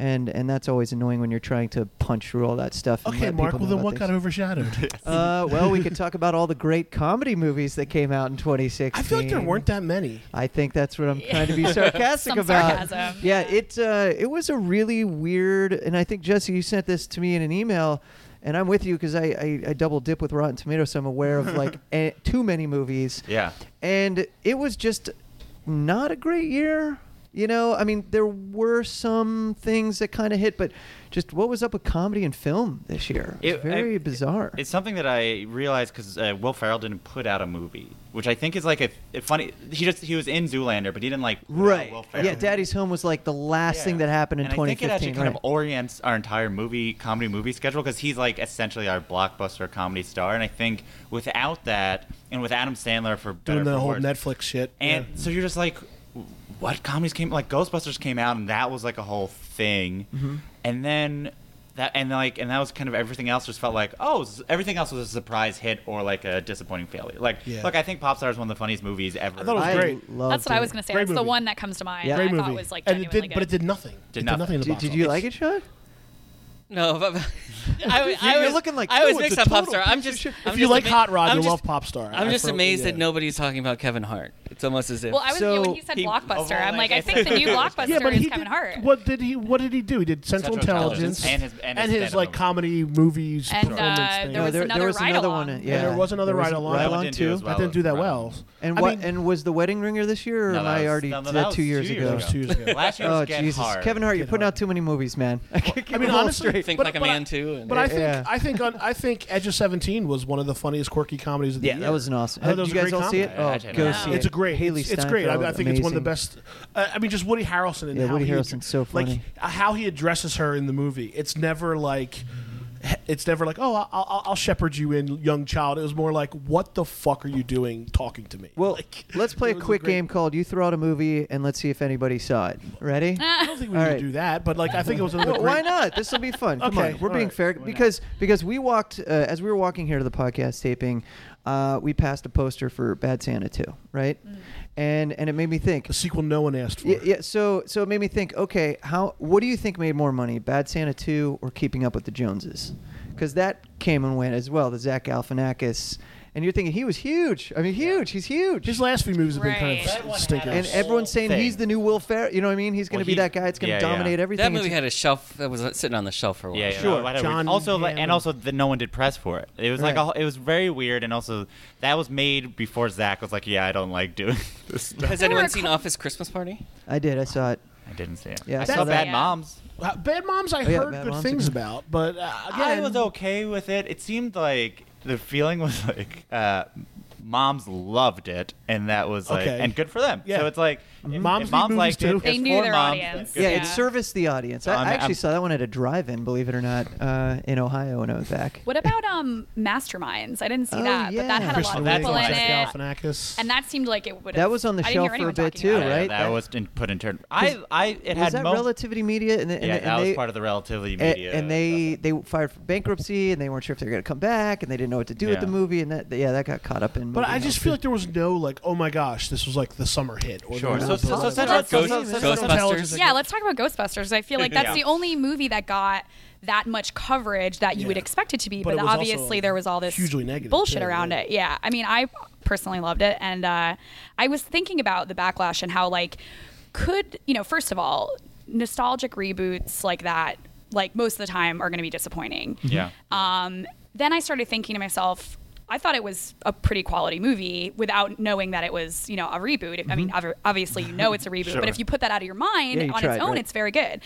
Speaker 2: and and that's always annoying when you're trying to punch through all that stuff. and
Speaker 3: Okay,
Speaker 2: let
Speaker 3: Mark.
Speaker 2: people know
Speaker 3: Well, then
Speaker 2: about
Speaker 3: what
Speaker 2: things.
Speaker 3: got overshadowed?
Speaker 2: Uh, well, we could talk about all the great comedy movies that came out in 2016.
Speaker 3: I feel like there weren't that many.
Speaker 2: I think that's what I'm trying to be sarcastic
Speaker 6: Some
Speaker 2: about.
Speaker 6: sarcasm,
Speaker 2: Yeah, it uh, it was a really weird, and I think Jesse, you sent this to me in an email, and I'm with you because I, I I double dip with Rotten Tomatoes, so I'm aware of like eh, too many movies.
Speaker 5: Yeah.
Speaker 2: and it was just not a great year. You know, I mean, there were some things that kind of hit, but just what was up with comedy and film this year? It was
Speaker 5: It-
Speaker 2: very
Speaker 5: I-
Speaker 2: bizarre.
Speaker 5: It's something that I realized because uh, Will Ferrell didn't put out a movie, which I think is like a, a funny. He just he was in Zoolander, but he didn't like put out
Speaker 2: Right.
Speaker 5: Will Ferrell.
Speaker 2: Yeah, Daddy's Home was like the last
Speaker 5: Yeah.
Speaker 2: thing that happened in
Speaker 5: and
Speaker 2: 2015.
Speaker 5: I think it actually kind
Speaker 2: right.
Speaker 5: of orients our entire movie comedy movie schedule because he's like essentially our blockbuster comedy star, and I think without that, and with Adam Sandler for better
Speaker 3: Doing
Speaker 5: for
Speaker 3: the whole
Speaker 5: worse,
Speaker 3: Netflix shit.
Speaker 5: and
Speaker 3: Yeah.
Speaker 5: so you're just like, what comedies came? Like Ghostbusters came out, and that was like a whole thing.
Speaker 2: Mm-hmm.
Speaker 5: And then that, and like, and that was kind of everything else. Just felt like, oh, s- everything else was a surprise hit or like a disappointing failure. Like,
Speaker 3: Yeah.
Speaker 5: look, I think Popstar is one of the funniest movies ever.
Speaker 3: I thought it was
Speaker 2: I
Speaker 3: great.
Speaker 2: loved
Speaker 6: That's what I was
Speaker 2: it.
Speaker 6: going to say.
Speaker 3: Great
Speaker 6: That's the
Speaker 3: movie.
Speaker 6: one that comes to mind.
Speaker 2: Yeah.
Speaker 6: that
Speaker 3: Great
Speaker 6: I
Speaker 3: movie.
Speaker 6: thought was like
Speaker 3: and
Speaker 6: genuinely
Speaker 3: it did,
Speaker 6: good.
Speaker 3: but it did nothing. It Did
Speaker 5: nothing.
Speaker 3: nothing. in the
Speaker 2: Did,
Speaker 3: box
Speaker 2: did you
Speaker 3: office.
Speaker 2: like it, Sean?
Speaker 4: No, but, I, was- I
Speaker 2: You're
Speaker 4: was
Speaker 2: looking like,
Speaker 4: I was
Speaker 2: "Oh, it's
Speaker 4: mixed
Speaker 2: a
Speaker 4: on
Speaker 2: total
Speaker 4: Popstar. I'm
Speaker 2: piece of
Speaker 4: just
Speaker 2: shit."
Speaker 4: I'm
Speaker 3: If you
Speaker 4: just
Speaker 3: like
Speaker 4: ama-
Speaker 3: Hot Rod,
Speaker 4: I'm
Speaker 3: you'll
Speaker 4: just-
Speaker 3: love Popstar.
Speaker 4: I'm
Speaker 3: I
Speaker 4: just
Speaker 3: fro-
Speaker 4: amazed
Speaker 3: yeah.
Speaker 4: that nobody's talking about Kevin Hart. It's almost as if
Speaker 6: Well, I was yeah,
Speaker 2: So-
Speaker 6: when he said
Speaker 5: He- of all,
Speaker 6: blockbuster. I'm
Speaker 5: like,
Speaker 6: like, I
Speaker 5: I
Speaker 6: think the new
Speaker 5: said-
Speaker 6: blockbuster
Speaker 3: Yeah, but
Speaker 6: is
Speaker 3: he
Speaker 6: Kevin
Speaker 3: did,
Speaker 6: Hart.
Speaker 3: What did he? What did he do? He did Central,
Speaker 5: Central
Speaker 3: Intelligence,
Speaker 5: Intelligence. And his- and his stand-up
Speaker 3: like
Speaker 5: movie.
Speaker 3: comedy movies
Speaker 6: And,
Speaker 3: performance
Speaker 6: uh,
Speaker 3: thing.
Speaker 6: there was
Speaker 2: there,
Speaker 6: another
Speaker 2: was another one.
Speaker 6: ride-along.
Speaker 2: Yeah,
Speaker 6: And
Speaker 3: there was another
Speaker 2: There was a
Speaker 3: ride-along.
Speaker 5: That one
Speaker 2: ride-along
Speaker 5: didn't do
Speaker 2: too.
Speaker 5: as well.
Speaker 3: that didn't do that well.
Speaker 2: And
Speaker 3: I
Speaker 2: what?
Speaker 3: mean-
Speaker 2: and was the Wedding Ringer this year, or
Speaker 5: No,
Speaker 2: am
Speaker 5: that
Speaker 2: I
Speaker 5: was-
Speaker 2: already
Speaker 5: no, no,
Speaker 2: did
Speaker 5: that
Speaker 2: that
Speaker 5: was
Speaker 2: two years ago?
Speaker 3: That was two years ago.
Speaker 5: Last year was
Speaker 2: Oh
Speaker 5: Get
Speaker 2: Jesus,
Speaker 5: Hard.
Speaker 2: Kevin Hart, you're
Speaker 3: Get
Speaker 2: putting
Speaker 3: Hard.
Speaker 2: out too many movies, man. I can't keep
Speaker 3: I mean,
Speaker 2: them all
Speaker 3: honestly,
Speaker 2: straight.
Speaker 4: Think
Speaker 3: but-
Speaker 4: Like a
Speaker 3: but I-
Speaker 4: Man too, and-
Speaker 3: But I think
Speaker 2: Yeah.
Speaker 3: I think on, I think Edge of Seventeen was one of the funniest quirky comedies of the
Speaker 2: Yeah,
Speaker 3: year.
Speaker 2: that was an awesome.
Speaker 3: I thought
Speaker 2: Have
Speaker 3: that
Speaker 2: you
Speaker 3: was a
Speaker 2: guys
Speaker 3: great
Speaker 2: all see it? Oh,
Speaker 3: comedy.
Speaker 5: Yeah, I
Speaker 2: go
Speaker 5: did.
Speaker 2: see
Speaker 5: Yeah.
Speaker 2: it.
Speaker 3: It's a great.
Speaker 2: Haley
Speaker 3: it's, it's great. I, I think it's one of the best. Uh, I mean, just Woody Harrelson and
Speaker 2: Yeah,
Speaker 3: how
Speaker 2: Woody
Speaker 3: he,
Speaker 2: Harrelson's so funny.
Speaker 3: Like uh, how he addresses her in the movie. It's never like. It's never like, oh, I'll, I'll- I'll shepherd you in, young child. It was more like, what the fuck are you doing talking to me?
Speaker 2: Well,
Speaker 3: Like,
Speaker 2: let's play
Speaker 3: it
Speaker 2: a
Speaker 3: was
Speaker 2: quick
Speaker 3: great-
Speaker 2: game called "You Throw Out a Movie" and let's see if anybody saw it. Ready?
Speaker 6: Ah,
Speaker 3: I don't think we
Speaker 2: All
Speaker 3: need
Speaker 2: right.
Speaker 3: to do that, but like, I think it was another
Speaker 2: Well,
Speaker 3: great-
Speaker 2: why not? This will be fun. Come
Speaker 3: Okay,
Speaker 2: on, we're
Speaker 3: all
Speaker 2: being
Speaker 3: right.
Speaker 2: fair because because we walked uh, as we were walking here to the podcast taping, uh, we passed a poster for Bad Santa 2, right?
Speaker 4: Mm.
Speaker 2: And and it made me think.
Speaker 3: The sequel no one asked for.
Speaker 2: Yeah, yeah, so so it made me think. Okay, how? What do you think made more money, Bad Santa Two or Keeping Up with the Joneses? Because that came and went as well. The Zach Galifianakis, and you're thinking he was huge. I mean, huge. He's huge.
Speaker 3: His last few movies have been kind
Speaker 6: Right. That
Speaker 3: of stinkers.
Speaker 2: and everyone's saying
Speaker 5: thing.
Speaker 2: he's the new Will Ferrell. You know what I mean? He's going to
Speaker 5: Well,
Speaker 2: be
Speaker 5: he-
Speaker 2: that guy. It's going to
Speaker 5: yeah, yeah.
Speaker 2: dominate
Speaker 5: That
Speaker 2: everything.
Speaker 4: that movie
Speaker 2: It's-
Speaker 4: had a shelf that was sitting on the shelf for a while.
Speaker 5: Yeah, yeah.
Speaker 3: Sure,
Speaker 5: Why don't we-
Speaker 3: John
Speaker 5: also, like,
Speaker 3: Hamm.
Speaker 5: and also, the, no one did press for it. It was like a,
Speaker 2: Right.
Speaker 5: whole- it was very weird, and also that was made before Zach was like, "Yeah, I don't like doing this stuff."
Speaker 4: Has anyone seen Office Christmas Party?
Speaker 2: I did. I saw it.
Speaker 5: I didn't see it.
Speaker 2: Yeah, I
Speaker 5: I
Speaker 2: saw
Speaker 5: saw
Speaker 2: that.
Speaker 5: Bad Moms.
Speaker 3: Uh, Bad Moms, I
Speaker 2: Oh, yeah,
Speaker 3: heard
Speaker 2: Bad
Speaker 3: good
Speaker 2: Moms
Speaker 3: things
Speaker 2: again.
Speaker 3: about, but uh, again,
Speaker 5: I was okay with it. It seemed like the feeling was like uh, moms loved it, and that was like,
Speaker 3: Okay.
Speaker 5: and good for them.
Speaker 3: Yeah.
Speaker 5: So it's like, if- if
Speaker 3: Moms
Speaker 5: moms,
Speaker 3: need movies
Speaker 5: liked
Speaker 3: too.
Speaker 5: it,
Speaker 6: They
Speaker 5: it's
Speaker 6: knew
Speaker 5: for
Speaker 6: their
Speaker 5: moms.
Speaker 6: audience.
Speaker 5: Good.
Speaker 2: Yeah,
Speaker 6: Yeah.
Speaker 2: it serviced the audience. I,
Speaker 5: I'm-
Speaker 2: I actually
Speaker 5: I'm-
Speaker 2: saw that one at a drive-in, believe it or not, uh, in Ohio when I was back.
Speaker 6: What about um Masterminds? I didn't see
Speaker 2: Oh,
Speaker 6: that, but that
Speaker 2: yeah.
Speaker 6: had
Speaker 2: Chris
Speaker 6: a lot of
Speaker 5: Levine,
Speaker 6: people in
Speaker 5: Zach
Speaker 6: it,
Speaker 3: Galifianakis.
Speaker 6: and that seemed like it would.
Speaker 2: That was on the shelf for a bit, too,
Speaker 5: Yeah,
Speaker 2: right?
Speaker 5: That
Speaker 2: That-
Speaker 5: was in, put in turn. I, I, it
Speaker 2: Was
Speaker 5: had
Speaker 2: that
Speaker 5: mo-
Speaker 2: Relativity Media? And, the- and,
Speaker 5: Yeah,
Speaker 2: the-
Speaker 5: that
Speaker 2: and
Speaker 5: was
Speaker 2: they,
Speaker 5: part of the relativity
Speaker 2: a-
Speaker 5: media.
Speaker 2: and they they fired for bankruptcy, and they weren't sure if they were going to come back, and they didn't know what to do with
Speaker 5: Yeah.
Speaker 2: the movie, and that yeah, that got caught up in.
Speaker 3: But
Speaker 2: movie
Speaker 3: I just
Speaker 2: house.
Speaker 3: feel like there was no like, oh my gosh, this was like the summer hit. Or
Speaker 5: Sure.
Speaker 3: there
Speaker 5: So,
Speaker 3: was
Speaker 5: so,
Speaker 3: a-
Speaker 5: so,
Speaker 2: Let's
Speaker 5: Central,
Speaker 2: talk
Speaker 5: so,
Speaker 2: about
Speaker 5: so,
Speaker 2: Ghostbusters.
Speaker 5: so,
Speaker 3: Central Intelligence
Speaker 4: Ghostbusters.
Speaker 3: Agency.
Speaker 6: Yeah, let's talk about Ghostbusters. I feel like that's
Speaker 5: Yeah.
Speaker 6: the only movie that got that much coverage that you would
Speaker 3: Yeah.
Speaker 6: expect it to be,
Speaker 3: But
Speaker 6: but,
Speaker 3: it was also
Speaker 6: obviously there was all this
Speaker 3: hugely negative,
Speaker 6: bullshit
Speaker 3: too,
Speaker 6: around
Speaker 3: right?
Speaker 6: it. Yeah, I mean, I personally loved it, and uh, I was thinking about the backlash and how like could you know first of all nostalgic reboots like that like most of the time are going to be disappointing.
Speaker 5: yeah.
Speaker 6: Um, then I started thinking to myself, I thought it was a pretty quality movie without knowing that it was, you know, a reboot. I mean, obvi- obviously you know it's a reboot,
Speaker 5: Sure.
Speaker 6: but if you put that out of your mind
Speaker 2: Yeah, you
Speaker 6: on
Speaker 2: tried,
Speaker 6: its own,
Speaker 2: right.
Speaker 6: it's very good.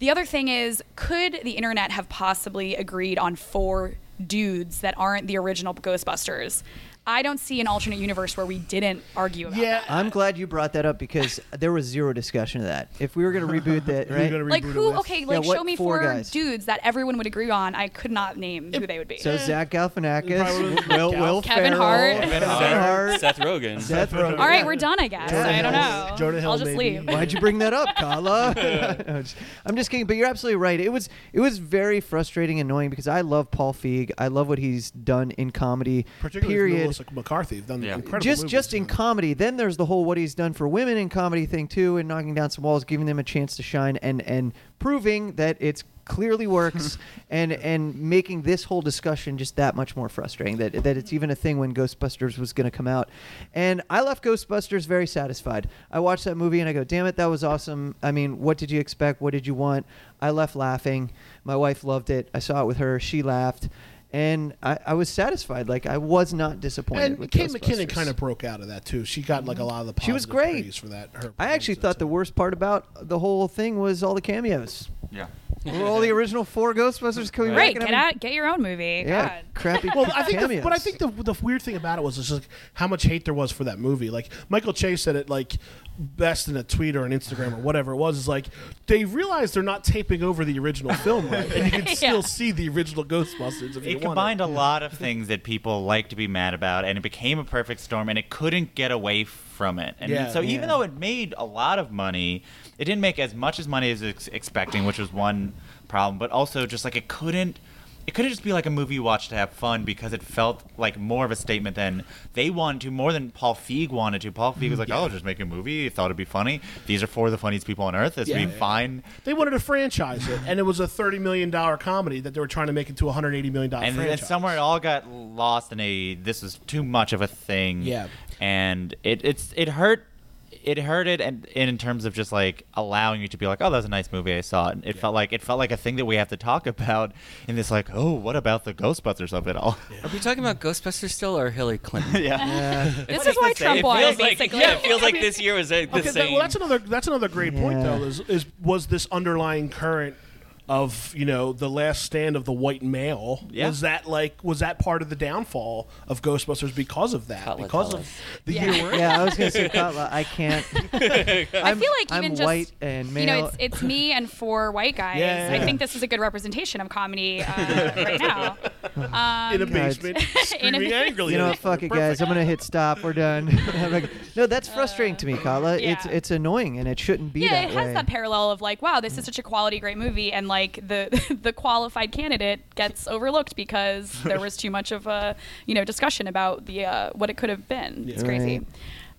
Speaker 6: The other thing is, could the internet have possibly agreed on four dudes that aren't the original Ghostbusters? I don't see an alternate universe where we didn't argue about
Speaker 3: yeah.
Speaker 6: that.
Speaker 2: I'm glad you brought that up because there was zero discussion of that. If we were going to reboot that,
Speaker 3: You're
Speaker 2: right?
Speaker 3: gonna
Speaker 6: Like
Speaker 3: reboot it
Speaker 6: who?
Speaker 3: with-
Speaker 6: Okay, like
Speaker 2: what
Speaker 6: show me
Speaker 2: four
Speaker 6: four,
Speaker 2: guys?
Speaker 6: dudes that everyone would agree on. I could not name who they would be.
Speaker 2: so Zach
Speaker 3: Probably
Speaker 2: Galifianakis, Will, Will
Speaker 6: Kevin
Speaker 2: Ferrell,
Speaker 6: Hart.
Speaker 2: Kevin
Speaker 4: Seth,
Speaker 2: Hart,
Speaker 4: Seth Rogen.
Speaker 2: Seth Rogen.
Speaker 6: All right, we're done, I guess.
Speaker 3: Jonah
Speaker 6: I don't
Speaker 3: Hill.
Speaker 6: know.
Speaker 3: Jonah Hill,
Speaker 6: I'll just
Speaker 3: maybe.
Speaker 6: leave.
Speaker 2: Why'd you bring that up, Kala? No, just- I'm just kidding, but you're absolutely right. It was it was very frustrating, and annoying because I love Paul Feig. I love what he's done in comedy.
Speaker 3: particularly with
Speaker 2: period.
Speaker 3: Melissa McCarthy, have done
Speaker 5: Yeah.
Speaker 3: incredible
Speaker 2: just
Speaker 3: movies.
Speaker 2: just in comedy. Then there's the whole what he's done for women in comedy thing too, and knocking down some walls, giving them a chance to shine, and and proving that it's clearly works, and and making this whole discussion just that much more frustrating. That that it's even a thing when Ghostbusters was going to come out, and I left Ghostbusters very satisfied. I watched that movie and I go, damn it, that was awesome. I mean, what did you expect? What did you want? I left laughing. My wife loved it. I saw it with her. She laughed. And I, I was satisfied. Like I was not disappointed.
Speaker 3: And
Speaker 2: with
Speaker 3: Kate McKinnon
Speaker 2: Ghostbusters.
Speaker 3: kind of broke out of that too. She got like a lot of the
Speaker 2: She was
Speaker 3: positive
Speaker 2: great.
Speaker 3: praise for that. Her
Speaker 2: I actually
Speaker 3: performance,
Speaker 2: thought the
Speaker 3: so.
Speaker 2: worst part about the whole thing was all the cameos.
Speaker 5: Yeah.
Speaker 2: Were all the original four Ghostbusters coming
Speaker 6: Right,
Speaker 2: back? and
Speaker 6: get
Speaker 2: having-
Speaker 6: out, get your own movie.
Speaker 2: Yeah,
Speaker 6: God.
Speaker 2: crappy
Speaker 3: Well, I think,
Speaker 2: cameos.
Speaker 3: the, but I think the, the weird thing about it was just like how much hate there was for that movie. Like Michael Chase said it like best in a tweet or an Instagram or whatever it was. Is like they realize they're not taping over the original film, right? and you can still
Speaker 6: Yeah.
Speaker 3: see the original Ghostbusters. If you
Speaker 5: It
Speaker 3: want
Speaker 5: combined a lot of things that people like to be mad about, and it became a perfect storm, and it couldn't get away from it. And
Speaker 3: Yeah.
Speaker 5: so,
Speaker 2: Yeah.
Speaker 5: even though it made a lot of money, it didn't make as much as money as it's expecting, which was one problem. But also, just like it couldn't, it couldn't just be like a movie you watch to have fun because it felt like more of a statement than they wanted to, more than Paul Feig wanted to. Paul Feig was like, "Oh, just make a movie. I thought it'd be funny. These are four of the funniest people on earth. This
Speaker 3: Yeah.
Speaker 5: would be fine."
Speaker 3: They wanted to franchise it, and it was a thirty million dollar comedy that they were trying to make into a hundred eighty million dollar.
Speaker 5: and then
Speaker 3: franchise.
Speaker 5: somewhere it all got lost in a this is too much of a thing
Speaker 3: Yeah.
Speaker 5: and it it's it hurt it hurt it and, and in terms of just like allowing you to be like oh that was a nice movie i saw it it felt like it felt like a thing that we have to talk about in this like oh what about the ghostbusters of it all
Speaker 4: Are we talking about Ghostbusters still or Hillary Clinton?
Speaker 5: yeah It's
Speaker 6: This is why
Speaker 5: the same.
Speaker 6: Trump
Speaker 5: It
Speaker 6: won,
Speaker 5: feels like-
Speaker 6: basically.
Speaker 4: yeah, it feels like this year was uh, the
Speaker 3: Okay, that,
Speaker 4: same.
Speaker 3: well, that's another that's another great point
Speaker 2: Yeah.
Speaker 3: though. Is, is was this underlying current of you know the last stand of the white male?
Speaker 5: Yeah.
Speaker 3: Was that like was that part of the downfall of Ghostbusters because of that?
Speaker 4: Cutlet
Speaker 3: because
Speaker 4: fellas.
Speaker 3: of the
Speaker 6: Yeah.
Speaker 3: year we're in?
Speaker 2: yeah, I was gonna say Katla. I can't.
Speaker 6: I feel like
Speaker 2: I'm
Speaker 6: even just
Speaker 2: white and male.
Speaker 6: you know, it's it's me and four white guys.
Speaker 3: Yeah, yeah,
Speaker 6: I think this is a good representation of comedy uh, right now.
Speaker 3: in a
Speaker 2: God.
Speaker 3: basement, screaming
Speaker 6: basement.
Speaker 3: angrily.
Speaker 2: You know
Speaker 3: at
Speaker 2: what?
Speaker 3: each other.
Speaker 2: Fuck it, guys. I'm gonna hit stop. We're done. I'm like, no, that's frustrating to me, Kala. It's
Speaker 6: yeah.
Speaker 2: it's annoying, and it shouldn't be
Speaker 6: Yeah,
Speaker 2: that
Speaker 6: it
Speaker 2: way.
Speaker 6: has that parallel of like, wow, this is such a quality great movie, and like the the qualified candidate gets overlooked because there was too much of a you know discussion about the uh, what it could have been. It's crazy.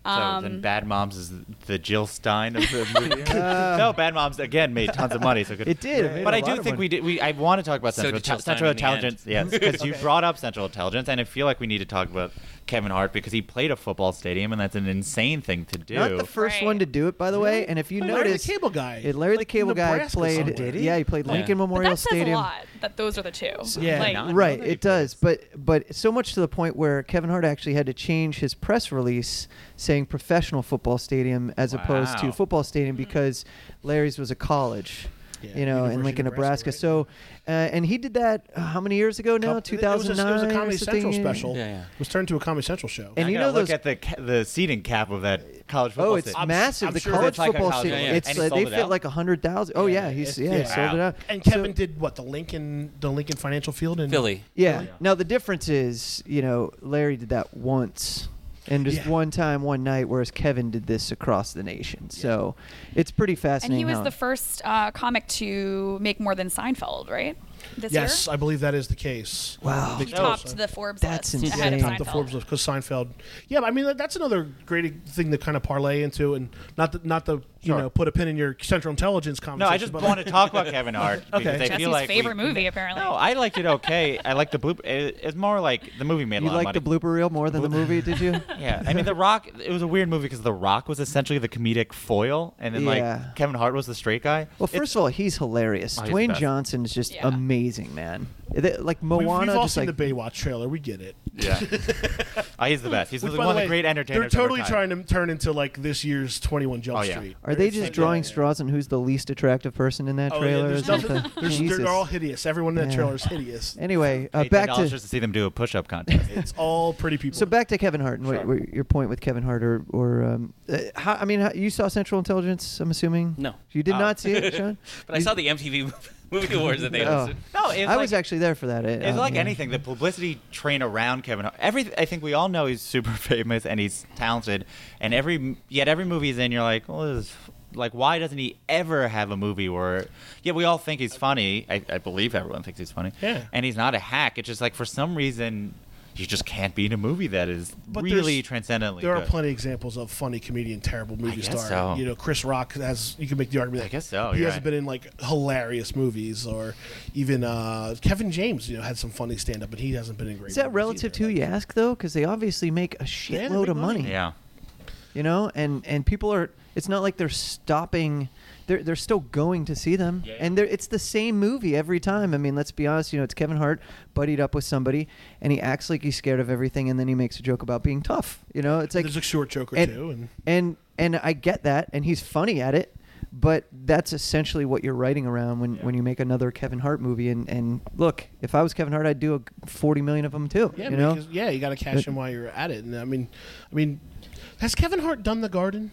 Speaker 5: so
Speaker 6: Um,
Speaker 5: then bad moms is the jill stein of the movie no bad moms again made tons of money so good
Speaker 2: It did. It made
Speaker 5: but
Speaker 2: a
Speaker 5: I
Speaker 2: lot
Speaker 5: do
Speaker 2: of
Speaker 5: think
Speaker 2: money.
Speaker 5: we did. We I want to talk about
Speaker 4: So
Speaker 5: central,
Speaker 4: did Jill
Speaker 5: Intel- central
Speaker 4: Stein in the
Speaker 5: intelligence. Yes, because you brought up central intelligence, and I feel like we need to talk about Kevin Hart because he played a football stadium, and that's an insane thing to do.
Speaker 2: Not the first
Speaker 6: Right.
Speaker 2: one to do it, by the way. And if you
Speaker 3: Larry the
Speaker 2: notice,
Speaker 3: Cable Guy.
Speaker 2: it- Larry the
Speaker 3: Like,
Speaker 2: Cable Guy
Speaker 3: Nebraska
Speaker 2: played.
Speaker 3: somewhere. Did he?
Speaker 2: Yeah, he played
Speaker 4: Yeah.
Speaker 2: Lincoln
Speaker 6: But
Speaker 2: Memorial
Speaker 6: that says
Speaker 2: Stadium.
Speaker 6: a lot that those are the two.
Speaker 3: Yeah.
Speaker 6: Like,
Speaker 5: Not-
Speaker 2: right
Speaker 5: know that he
Speaker 2: it does but but so much to the point where kevin hart actually had to change his press release saying professional football stadium as opposed to
Speaker 5: Wow.
Speaker 2: football stadium because larry's was a college
Speaker 3: Yeah,
Speaker 2: you know, in
Speaker 3: University
Speaker 2: Lincoln,
Speaker 3: of
Speaker 2: Nebraska.
Speaker 3: Nebraska,
Speaker 2: So, uh, and he did that uh, how many years ago now?
Speaker 3: Couple-
Speaker 2: Two
Speaker 3: it- it was a-
Speaker 2: thousand nine.
Speaker 3: It was a Comedy Central special.
Speaker 4: Yeah, yeah.
Speaker 3: It was turned to a Comedy Central show.
Speaker 2: And
Speaker 5: I
Speaker 2: you know
Speaker 5: gotta look
Speaker 2: those-
Speaker 5: at the ca- the seating cap of that college football.
Speaker 2: Oh, it's
Speaker 5: stadium.
Speaker 2: massive.
Speaker 3: I'm
Speaker 2: the
Speaker 3: sure
Speaker 2: college
Speaker 5: it's like a
Speaker 2: football
Speaker 5: college-
Speaker 2: stadium.
Speaker 5: yeah, yeah.
Speaker 2: It's
Speaker 5: And he
Speaker 2: like, they
Speaker 5: sold it
Speaker 2: fit
Speaker 5: out?
Speaker 2: like hundred thousand. Oh yeah,
Speaker 3: yeah,
Speaker 2: he's
Speaker 3: it's-
Speaker 2: yeah, he
Speaker 3: yeah.
Speaker 2: sold it out.
Speaker 3: And
Speaker 2: So-
Speaker 3: Kevin did what the Lincoln the Lincoln Financial Field in
Speaker 4: Philly.
Speaker 2: Yeah. Now the difference is, you know, Larry did that once. And just
Speaker 3: Yeah.
Speaker 2: one time, one night, whereas Kevin did this across the nation. So it's pretty
Speaker 6: And
Speaker 2: fascinating.
Speaker 6: he was
Speaker 2: how-
Speaker 6: the first uh, comic to make more than Seinfeld, right? This
Speaker 3: Yes,
Speaker 6: year,
Speaker 3: I believe that is the case.
Speaker 2: Wow.
Speaker 3: Big
Speaker 6: he
Speaker 3: time.
Speaker 6: topped the Forbes
Speaker 2: That's
Speaker 6: list
Speaker 2: insane.
Speaker 6: ahead of
Speaker 2: Yeah, he topped
Speaker 3: the
Speaker 6: Seinfeld.
Speaker 3: Forbes list because Seinfeld. Yeah, but I mean that- that's another great thing to kind of parlay into, and not the, not the you
Speaker 5: Sure.
Speaker 3: know put a pin in your Central Intelligence conversation.
Speaker 5: No, I just
Speaker 3: but-
Speaker 5: want to talk about Kevin Hart because
Speaker 3: Okay.
Speaker 5: I
Speaker 6: Jesse's
Speaker 5: feel like we-
Speaker 6: favorite movie, apparently.
Speaker 5: No, I liked it okay. I liked the bloop. It, it's more like the movie made a
Speaker 2: You
Speaker 5: lot
Speaker 2: liked the
Speaker 5: of money.
Speaker 2: blooper reel more than the movie, did you?
Speaker 5: Yeah, I mean, The Rock. It was a weird movie because The Rock was essentially the comedic foil, and then
Speaker 2: Yeah.
Speaker 5: like Kevin Hart was the straight guy.
Speaker 2: Well, first of all, he's hilarious.
Speaker 5: Oh, he's the
Speaker 2: Dwayn
Speaker 5: best.
Speaker 2: Johnson is just
Speaker 6: Yeah.
Speaker 2: amazing, man. Th- Like
Speaker 3: We've,
Speaker 2: Moana,
Speaker 3: we've all
Speaker 2: just
Speaker 3: seen
Speaker 2: like
Speaker 3: the Baywatch trailer. We get it.
Speaker 5: yeah, oh, he's the best. He's
Speaker 3: Which,
Speaker 5: the
Speaker 3: by
Speaker 5: one of
Speaker 3: the
Speaker 5: the
Speaker 3: way,
Speaker 5: great entertainers.
Speaker 3: They're
Speaker 5: of our
Speaker 3: totally trying
Speaker 5: time.
Speaker 3: to turn into like this year's Twenty One Jump
Speaker 5: Oh, yeah.
Speaker 3: Street.
Speaker 2: Are they
Speaker 3: It's
Speaker 2: just
Speaker 3: like,
Speaker 2: drawing
Speaker 3: yeah.
Speaker 2: straws on who's the least attractive person in that
Speaker 3: Oh, yeah,
Speaker 2: trailer?
Speaker 3: there's
Speaker 2: Is that
Speaker 3: nothing-
Speaker 2: the-
Speaker 3: there's-
Speaker 2: Jesus.
Speaker 3: they're all hideous. Everyone in that
Speaker 2: Yeah.
Speaker 3: trailer is hideous.
Speaker 2: Anyway, uh,
Speaker 5: Paid
Speaker 2: back
Speaker 5: $10
Speaker 2: to
Speaker 5: just to see them do a push-up contest.
Speaker 3: It's all pretty people.
Speaker 2: so back to Kevin Hart and what, what your point with Kevin Hart or or um, uh, how, I mean, how, you saw Central Intelligence? I'm assuming.
Speaker 4: No. Uh,
Speaker 2: you did
Speaker 5: Oh.
Speaker 2: not see it, Sean.
Speaker 4: But I
Speaker 2: You-
Speaker 4: saw the MTV Movie Awards that they
Speaker 2: Oh.
Speaker 4: hosted.
Speaker 5: no, it
Speaker 2: I was actually there for that. It,
Speaker 5: It's
Speaker 2: um,
Speaker 5: like
Speaker 2: yeah.
Speaker 5: anything. The publicity train around Kevin Hart. Every I think we all know he's super famous and he's talented, and every yet every movie he's in, you're like, well, this is, like why doesn't he ever have a movie where? Yeah, we all think he's funny. I, I believe everyone thinks he's funny.
Speaker 3: Yeah.
Speaker 5: and he's not a hack. It's just like for some reason. You just can't be in a movie that is
Speaker 3: But
Speaker 5: really
Speaker 3: there's-
Speaker 5: transcendently.
Speaker 3: There are
Speaker 5: good.
Speaker 3: plenty of examples of funny comedian, terrible movie
Speaker 5: guess
Speaker 3: star.
Speaker 5: so.
Speaker 3: You know, Chris Rock has. You can make the argument.
Speaker 5: I
Speaker 3: that
Speaker 5: guess so,
Speaker 3: He
Speaker 5: you're
Speaker 3: hasn't
Speaker 5: right.
Speaker 3: been in like hilarious movies, or even uh, Kevin James. You know, had some funny stand up, but he hasn't been in great.
Speaker 2: Is that
Speaker 3: movies
Speaker 2: relative to
Speaker 3: either.
Speaker 2: who you ask though? Because they obviously make a
Speaker 3: they
Speaker 2: shitload
Speaker 3: make
Speaker 2: of
Speaker 3: money.
Speaker 2: money.
Speaker 5: Yeah,
Speaker 2: you know and and people are it's not like they're stopping they're, they're still going to see them and they're, it's the same movie every time i mean let's be honest you know it's kevin hart buddied up with somebody and he acts like he's scared of everything and then he makes a joke about being tough you know it's like
Speaker 3: There's a short joke or
Speaker 2: and,
Speaker 3: two, and
Speaker 2: and and i get that and he's funny at it but that's essentially what you're writing around when, when you make another Kevin Hart movie. And, and look, if I was Kevin Hart, I'd do a 40 million of them too.
Speaker 3: yeah,
Speaker 2: you know?
Speaker 3: because, yeah, you got to cash in while you're at it. And I mean, I mean, has Kevin Hart done the Garden?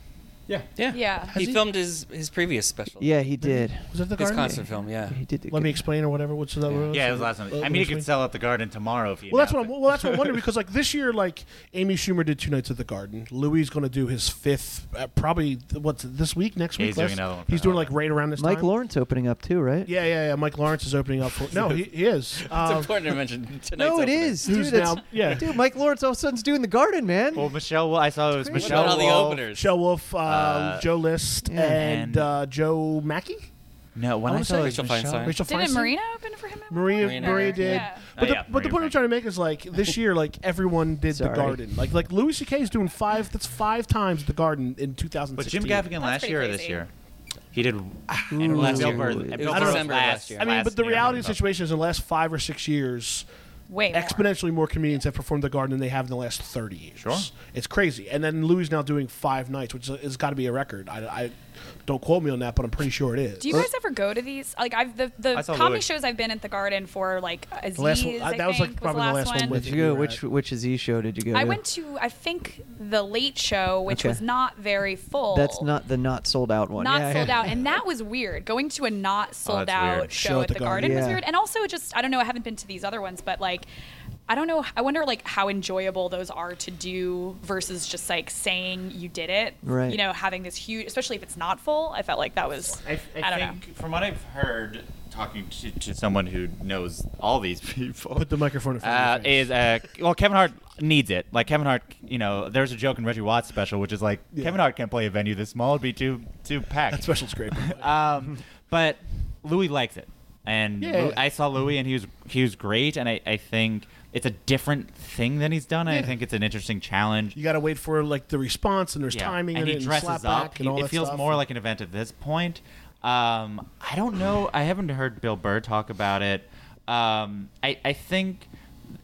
Speaker 5: yeah.
Speaker 4: Yeah.
Speaker 6: Yeah.
Speaker 4: He,
Speaker 3: Has he-
Speaker 4: filmed his, his previous special.
Speaker 2: Yeah, he did.
Speaker 3: Was it the
Speaker 4: His
Speaker 3: Garden?
Speaker 4: concert film, yeah.
Speaker 2: He did.
Speaker 3: Let me explain or whatever. What's that? Uh,
Speaker 4: Yeah.
Speaker 5: Yeah, it was last night. I mean, he could sell out the garden tomorrow if he.
Speaker 3: Well, that's what I'm.
Speaker 5: announced it.
Speaker 3: Well, that's what I'm wondering because like this year, like Amy Schumer did two nights at the Garden. Louis is going to do his fifth, uh, probably what's it, this week, next
Speaker 5: Yeah,
Speaker 3: week.
Speaker 5: he's doing
Speaker 3: last-
Speaker 5: another one for
Speaker 3: He's doing
Speaker 5: another
Speaker 3: like right around this
Speaker 2: Mike
Speaker 3: time.
Speaker 2: Lawrence opening up too, right?
Speaker 3: Yeah, yeah, yeah. Mike Lawrence is opening up for. No, he, he is.
Speaker 4: It's
Speaker 3: Um,
Speaker 4: important to mention tonight's
Speaker 2: Oh. No, it
Speaker 4: opener.
Speaker 2: is, dude.
Speaker 3: Who's
Speaker 2: that's-
Speaker 3: now- yeah.
Speaker 2: dude. Mike Lawrence all of a sudden's doing the garden, man.
Speaker 5: Well, Michelle. Well, I saw it was
Speaker 4: What
Speaker 5: Michelle.
Speaker 4: about all the
Speaker 5: Wolf.
Speaker 4: openers?
Speaker 3: Joe Wolf, uh,
Speaker 5: Uh,
Speaker 3: Joe List,
Speaker 2: yeah.
Speaker 3: and
Speaker 5: and-
Speaker 3: uh, Joe Mackey.
Speaker 5: No, when
Speaker 3: I
Speaker 5: I,
Speaker 3: wanna
Speaker 5: saw
Speaker 3: say
Speaker 5: it was
Speaker 4: Rachel
Speaker 5: Michelle.
Speaker 4: Feinstein.
Speaker 3: Rachel
Speaker 6: Didn't
Speaker 3: Feinstein?
Speaker 6: Maria open for him? at one
Speaker 3: Maria, Maria,
Speaker 4: Maria Frank.
Speaker 3: did.
Speaker 6: Yeah.
Speaker 3: But,
Speaker 5: Oh,
Speaker 3: the,
Speaker 5: yeah,
Speaker 3: but the
Speaker 5: Maria
Speaker 3: point I'm
Speaker 5: Frank.
Speaker 3: trying to make is like this year, like everyone did the
Speaker 2: Sorry.
Speaker 3: Garden. Like like Louis C.K. is doing five. That's five times the Garden in 2016.
Speaker 5: But Jim Gaffigan last
Speaker 6: pretty
Speaker 5: year or this
Speaker 6: crazy.
Speaker 5: year? He did.
Speaker 2: Ooh.
Speaker 5: And last year,
Speaker 2: It
Speaker 5: Burns-
Speaker 2: was
Speaker 5: and Bill Burns
Speaker 4: December
Speaker 5: last
Speaker 4: last year.
Speaker 3: I mean,
Speaker 5: last
Speaker 3: but the
Speaker 5: year,
Speaker 3: reality of the
Speaker 5: no.
Speaker 3: situation is, in the last five or six years,
Speaker 6: Way more.
Speaker 3: exponentially more comedians have performed the Garden than they have in the last 30 years.
Speaker 5: Sure.
Speaker 3: It's crazy. And then Louis is now doing five nights, which is- has got to be a record. I, I don't quote me on that, but I'm pretty sure it is.
Speaker 6: Do you guys ever go to these? Like I've the, the
Speaker 5: I saw
Speaker 6: comedy
Speaker 5: Louis.
Speaker 6: shows I've been at the Garden for like Aziz.
Speaker 3: last one-
Speaker 6: I
Speaker 3: that was, like,
Speaker 6: think,
Speaker 3: probably the
Speaker 6: the
Speaker 3: last one with-
Speaker 2: did you go? Which which is E show did you go?
Speaker 6: I
Speaker 2: to?
Speaker 6: went to I think the Late Show, which
Speaker 2: Okay.
Speaker 6: was not very full.
Speaker 2: That's not the not sold out one.
Speaker 6: not
Speaker 2: Yeah,
Speaker 6: sold
Speaker 2: yeah. Oh,
Speaker 6: out, and that was weird. Going to a not sold
Speaker 5: that's
Speaker 6: out
Speaker 5: weird.
Speaker 6: show, at the, Garden, was
Speaker 2: Yeah.
Speaker 6: weird, and also just I don't know. I haven't been to these other ones, but like. I don't know. I wonder, like, how enjoyable those are to do versus just like saying you did it.
Speaker 2: Right.
Speaker 6: You know, having this huge, especially if it's not full. I felt like that was. I,
Speaker 5: I, I,
Speaker 6: don't
Speaker 5: think, from what I've heard, talking to, to someone who knows all these people,
Speaker 3: Put the microphone in front
Speaker 5: uh,
Speaker 3: of your face.
Speaker 5: is uh, well, Kevin Hart needs it. Like Kevin Hart, you know, there's a joke in Reggie Watts' special, which is like Kevin Hart can't play a venue this small; it'd be too too packed.
Speaker 3: That special's great. by the way.
Speaker 5: um, but Louis likes it, and
Speaker 3: Yeah.
Speaker 5: Lou- I saw Louis, and he was he was great, and I, I think it's a different thing than he's done. and
Speaker 3: Yeah.
Speaker 5: I think it's an interesting challenge.
Speaker 3: you got to wait for like the response, and there's
Speaker 5: Yeah.
Speaker 3: timing,
Speaker 5: and
Speaker 3: in
Speaker 5: he
Speaker 3: it,
Speaker 5: dresses
Speaker 3: and slapback,
Speaker 5: up.
Speaker 3: and all
Speaker 5: it
Speaker 3: that
Speaker 5: feels
Speaker 3: stuff.
Speaker 5: more like an event at this point. Um, I don't know. I haven't heard Bill Burr talk about it. Um, I I think.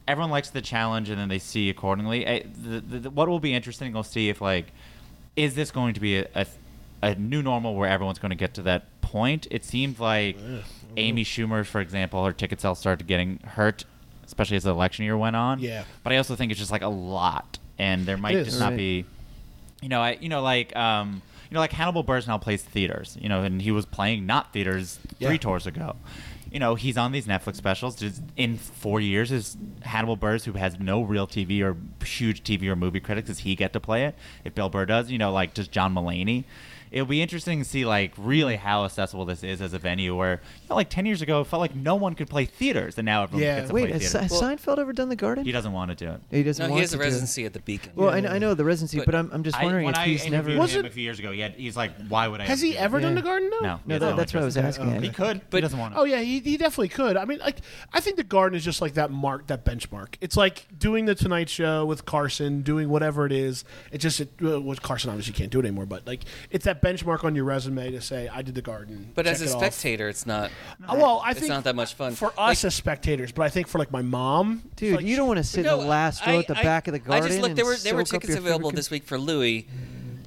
Speaker 5: Everyone likes the challenge, and then they see accordingly. I, the, the, the- what will be interesting, we'll see if like, is this going to be a, a, a new normal where everyone's going to get to that point point. It seemed like Amy Schumer, for example, her ticket sales started getting hurt, especially as the election year went on.
Speaker 3: Yeah.
Speaker 5: But I also think it's just like a lot, and there might
Speaker 3: is.
Speaker 5: just not
Speaker 2: Right.
Speaker 5: be, you know, I you know like um you know like Hannibal Buress now plays theaters, you know, and he was playing not theaters
Speaker 3: Yeah.
Speaker 5: three tours ago. You know, he's on these Netflix specials. Just in four years, is Hannibal Buress, who has no real TV or huge TV or movie critics, does he get to play it? If Bill Burr does, you know, like does John Mulaney? It'll be interesting to see, like, really how accessible this is as a venue. Where, you know, like ten years ago, it felt like no one could play theaters, and now everyone
Speaker 3: Yeah.
Speaker 5: gets to
Speaker 2: Wait,
Speaker 5: play
Speaker 2: has,
Speaker 5: theaters.
Speaker 2: has Seinfeld ever done the Garden?
Speaker 5: he doesn't want to do it.
Speaker 2: He doesn't.
Speaker 4: No,
Speaker 2: want
Speaker 4: he has
Speaker 2: to
Speaker 4: a
Speaker 2: do it.
Speaker 4: residency at the Beacon.
Speaker 2: Well, I, kn- I know the residency,
Speaker 4: But
Speaker 2: but I'm, I'm just
Speaker 5: I-
Speaker 2: wondering
Speaker 5: when
Speaker 2: if
Speaker 5: I
Speaker 2: he's never.
Speaker 5: interviewed
Speaker 3: Was
Speaker 5: him
Speaker 3: it-
Speaker 5: a few years ago, he had, he's like, why would I?
Speaker 3: Has
Speaker 5: ever
Speaker 3: he
Speaker 5: do this?
Speaker 3: ever done
Speaker 2: Yeah.
Speaker 3: the garden? No.
Speaker 5: No,
Speaker 2: No,
Speaker 5: Yeah,
Speaker 2: that,
Speaker 5: no,
Speaker 2: that's what I was asking.
Speaker 5: He
Speaker 2: at.
Speaker 5: could, but he
Speaker 4: But-
Speaker 5: doesn't want to.
Speaker 3: Oh yeah, he, he definitely could. I mean, like I think the Garden is just like that mark, that benchmark. It's like doing the Tonight Show with Carson, doing whatever it is. It just it, well, with Carson obviously can't do it anymore, but like it's that benchmark on your resume to say I did the Garden.
Speaker 4: But as
Speaker 3: check
Speaker 4: a
Speaker 3: it off.
Speaker 4: spectator, it's not.
Speaker 3: Uh, well, I
Speaker 4: it's
Speaker 3: think
Speaker 4: not that much fun.
Speaker 3: for
Speaker 4: Like-
Speaker 3: us as spectators. But I think for like my mom, it's
Speaker 2: Dude,
Speaker 3: like,
Speaker 2: you don't want to sit in
Speaker 4: No,
Speaker 2: the last row
Speaker 4: I-
Speaker 2: at the
Speaker 4: I-
Speaker 2: back of the garden.
Speaker 4: I just looked.
Speaker 2: and
Speaker 4: There were there were
Speaker 2: soak up
Speaker 4: tickets
Speaker 2: your
Speaker 4: available
Speaker 2: favorite
Speaker 4: this week for Louis.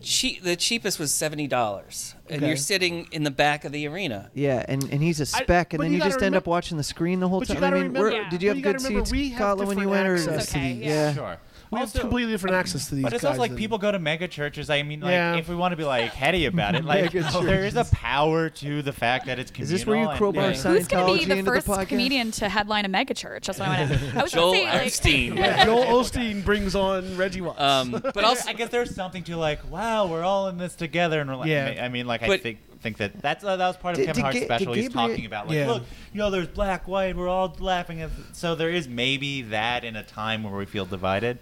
Speaker 4: Che- the cheapest was seventy dollars, and you're sitting in the back of the arena.
Speaker 2: Yeah, and, and he's a spec, and
Speaker 3: but
Speaker 2: then
Speaker 3: you
Speaker 2: you, just
Speaker 3: gotta
Speaker 2: end
Speaker 3: remem-
Speaker 2: up watching the screen the whole
Speaker 3: but you
Speaker 2: time. I
Speaker 3: gotta
Speaker 2: mean, where-
Speaker 6: remember-
Speaker 2: did you
Speaker 3: but
Speaker 2: have
Speaker 3: you
Speaker 2: good
Speaker 3: gotta remember,
Speaker 2: seats,
Speaker 3: we have
Speaker 2: Kotla, when you
Speaker 3: different
Speaker 2: went, or
Speaker 3: access.
Speaker 6: It's okay,
Speaker 2: Steve?
Speaker 6: yeah.
Speaker 5: Sure.
Speaker 3: we have
Speaker 5: Also-
Speaker 3: completely different access to these
Speaker 5: But it's
Speaker 3: guys.
Speaker 5: also like
Speaker 3: than-
Speaker 5: people go to mega churches. I mean, like
Speaker 3: Yeah.
Speaker 5: if we want to be like heady about it, like
Speaker 2: Mega
Speaker 5: oh, there is a power to the fact that it's
Speaker 2: Is
Speaker 5: communal.
Speaker 2: this where you
Speaker 5: and-
Speaker 2: crowbar
Speaker 4: Yeah.
Speaker 6: Who's going
Speaker 2: Scientology
Speaker 6: to be the
Speaker 2: into the
Speaker 6: first
Speaker 2: podcast?
Speaker 6: comedian to headline a megachurch? That's what I want to. I was
Speaker 4: Joel
Speaker 6: gonna say, like,
Speaker 4: Epstein.
Speaker 3: Joel Osteen brings on Reggie Watts.
Speaker 4: um, but
Speaker 5: But also,
Speaker 4: also,
Speaker 5: I guess there's something to like, wow, we're all in this together, and we're like,
Speaker 3: Yeah.
Speaker 5: I mean, like I
Speaker 4: But-
Speaker 5: think think that that's uh, that was part of
Speaker 2: Did-
Speaker 5: Kevin
Speaker 2: did
Speaker 5: Hart's
Speaker 2: Ga-
Speaker 5: special.
Speaker 2: did
Speaker 5: He's
Speaker 2: Gabriel-
Speaker 5: talking about like,
Speaker 3: Yeah.
Speaker 5: look, you know, there's black, white, we're all laughing at. So there is maybe that in a time where we feel divided.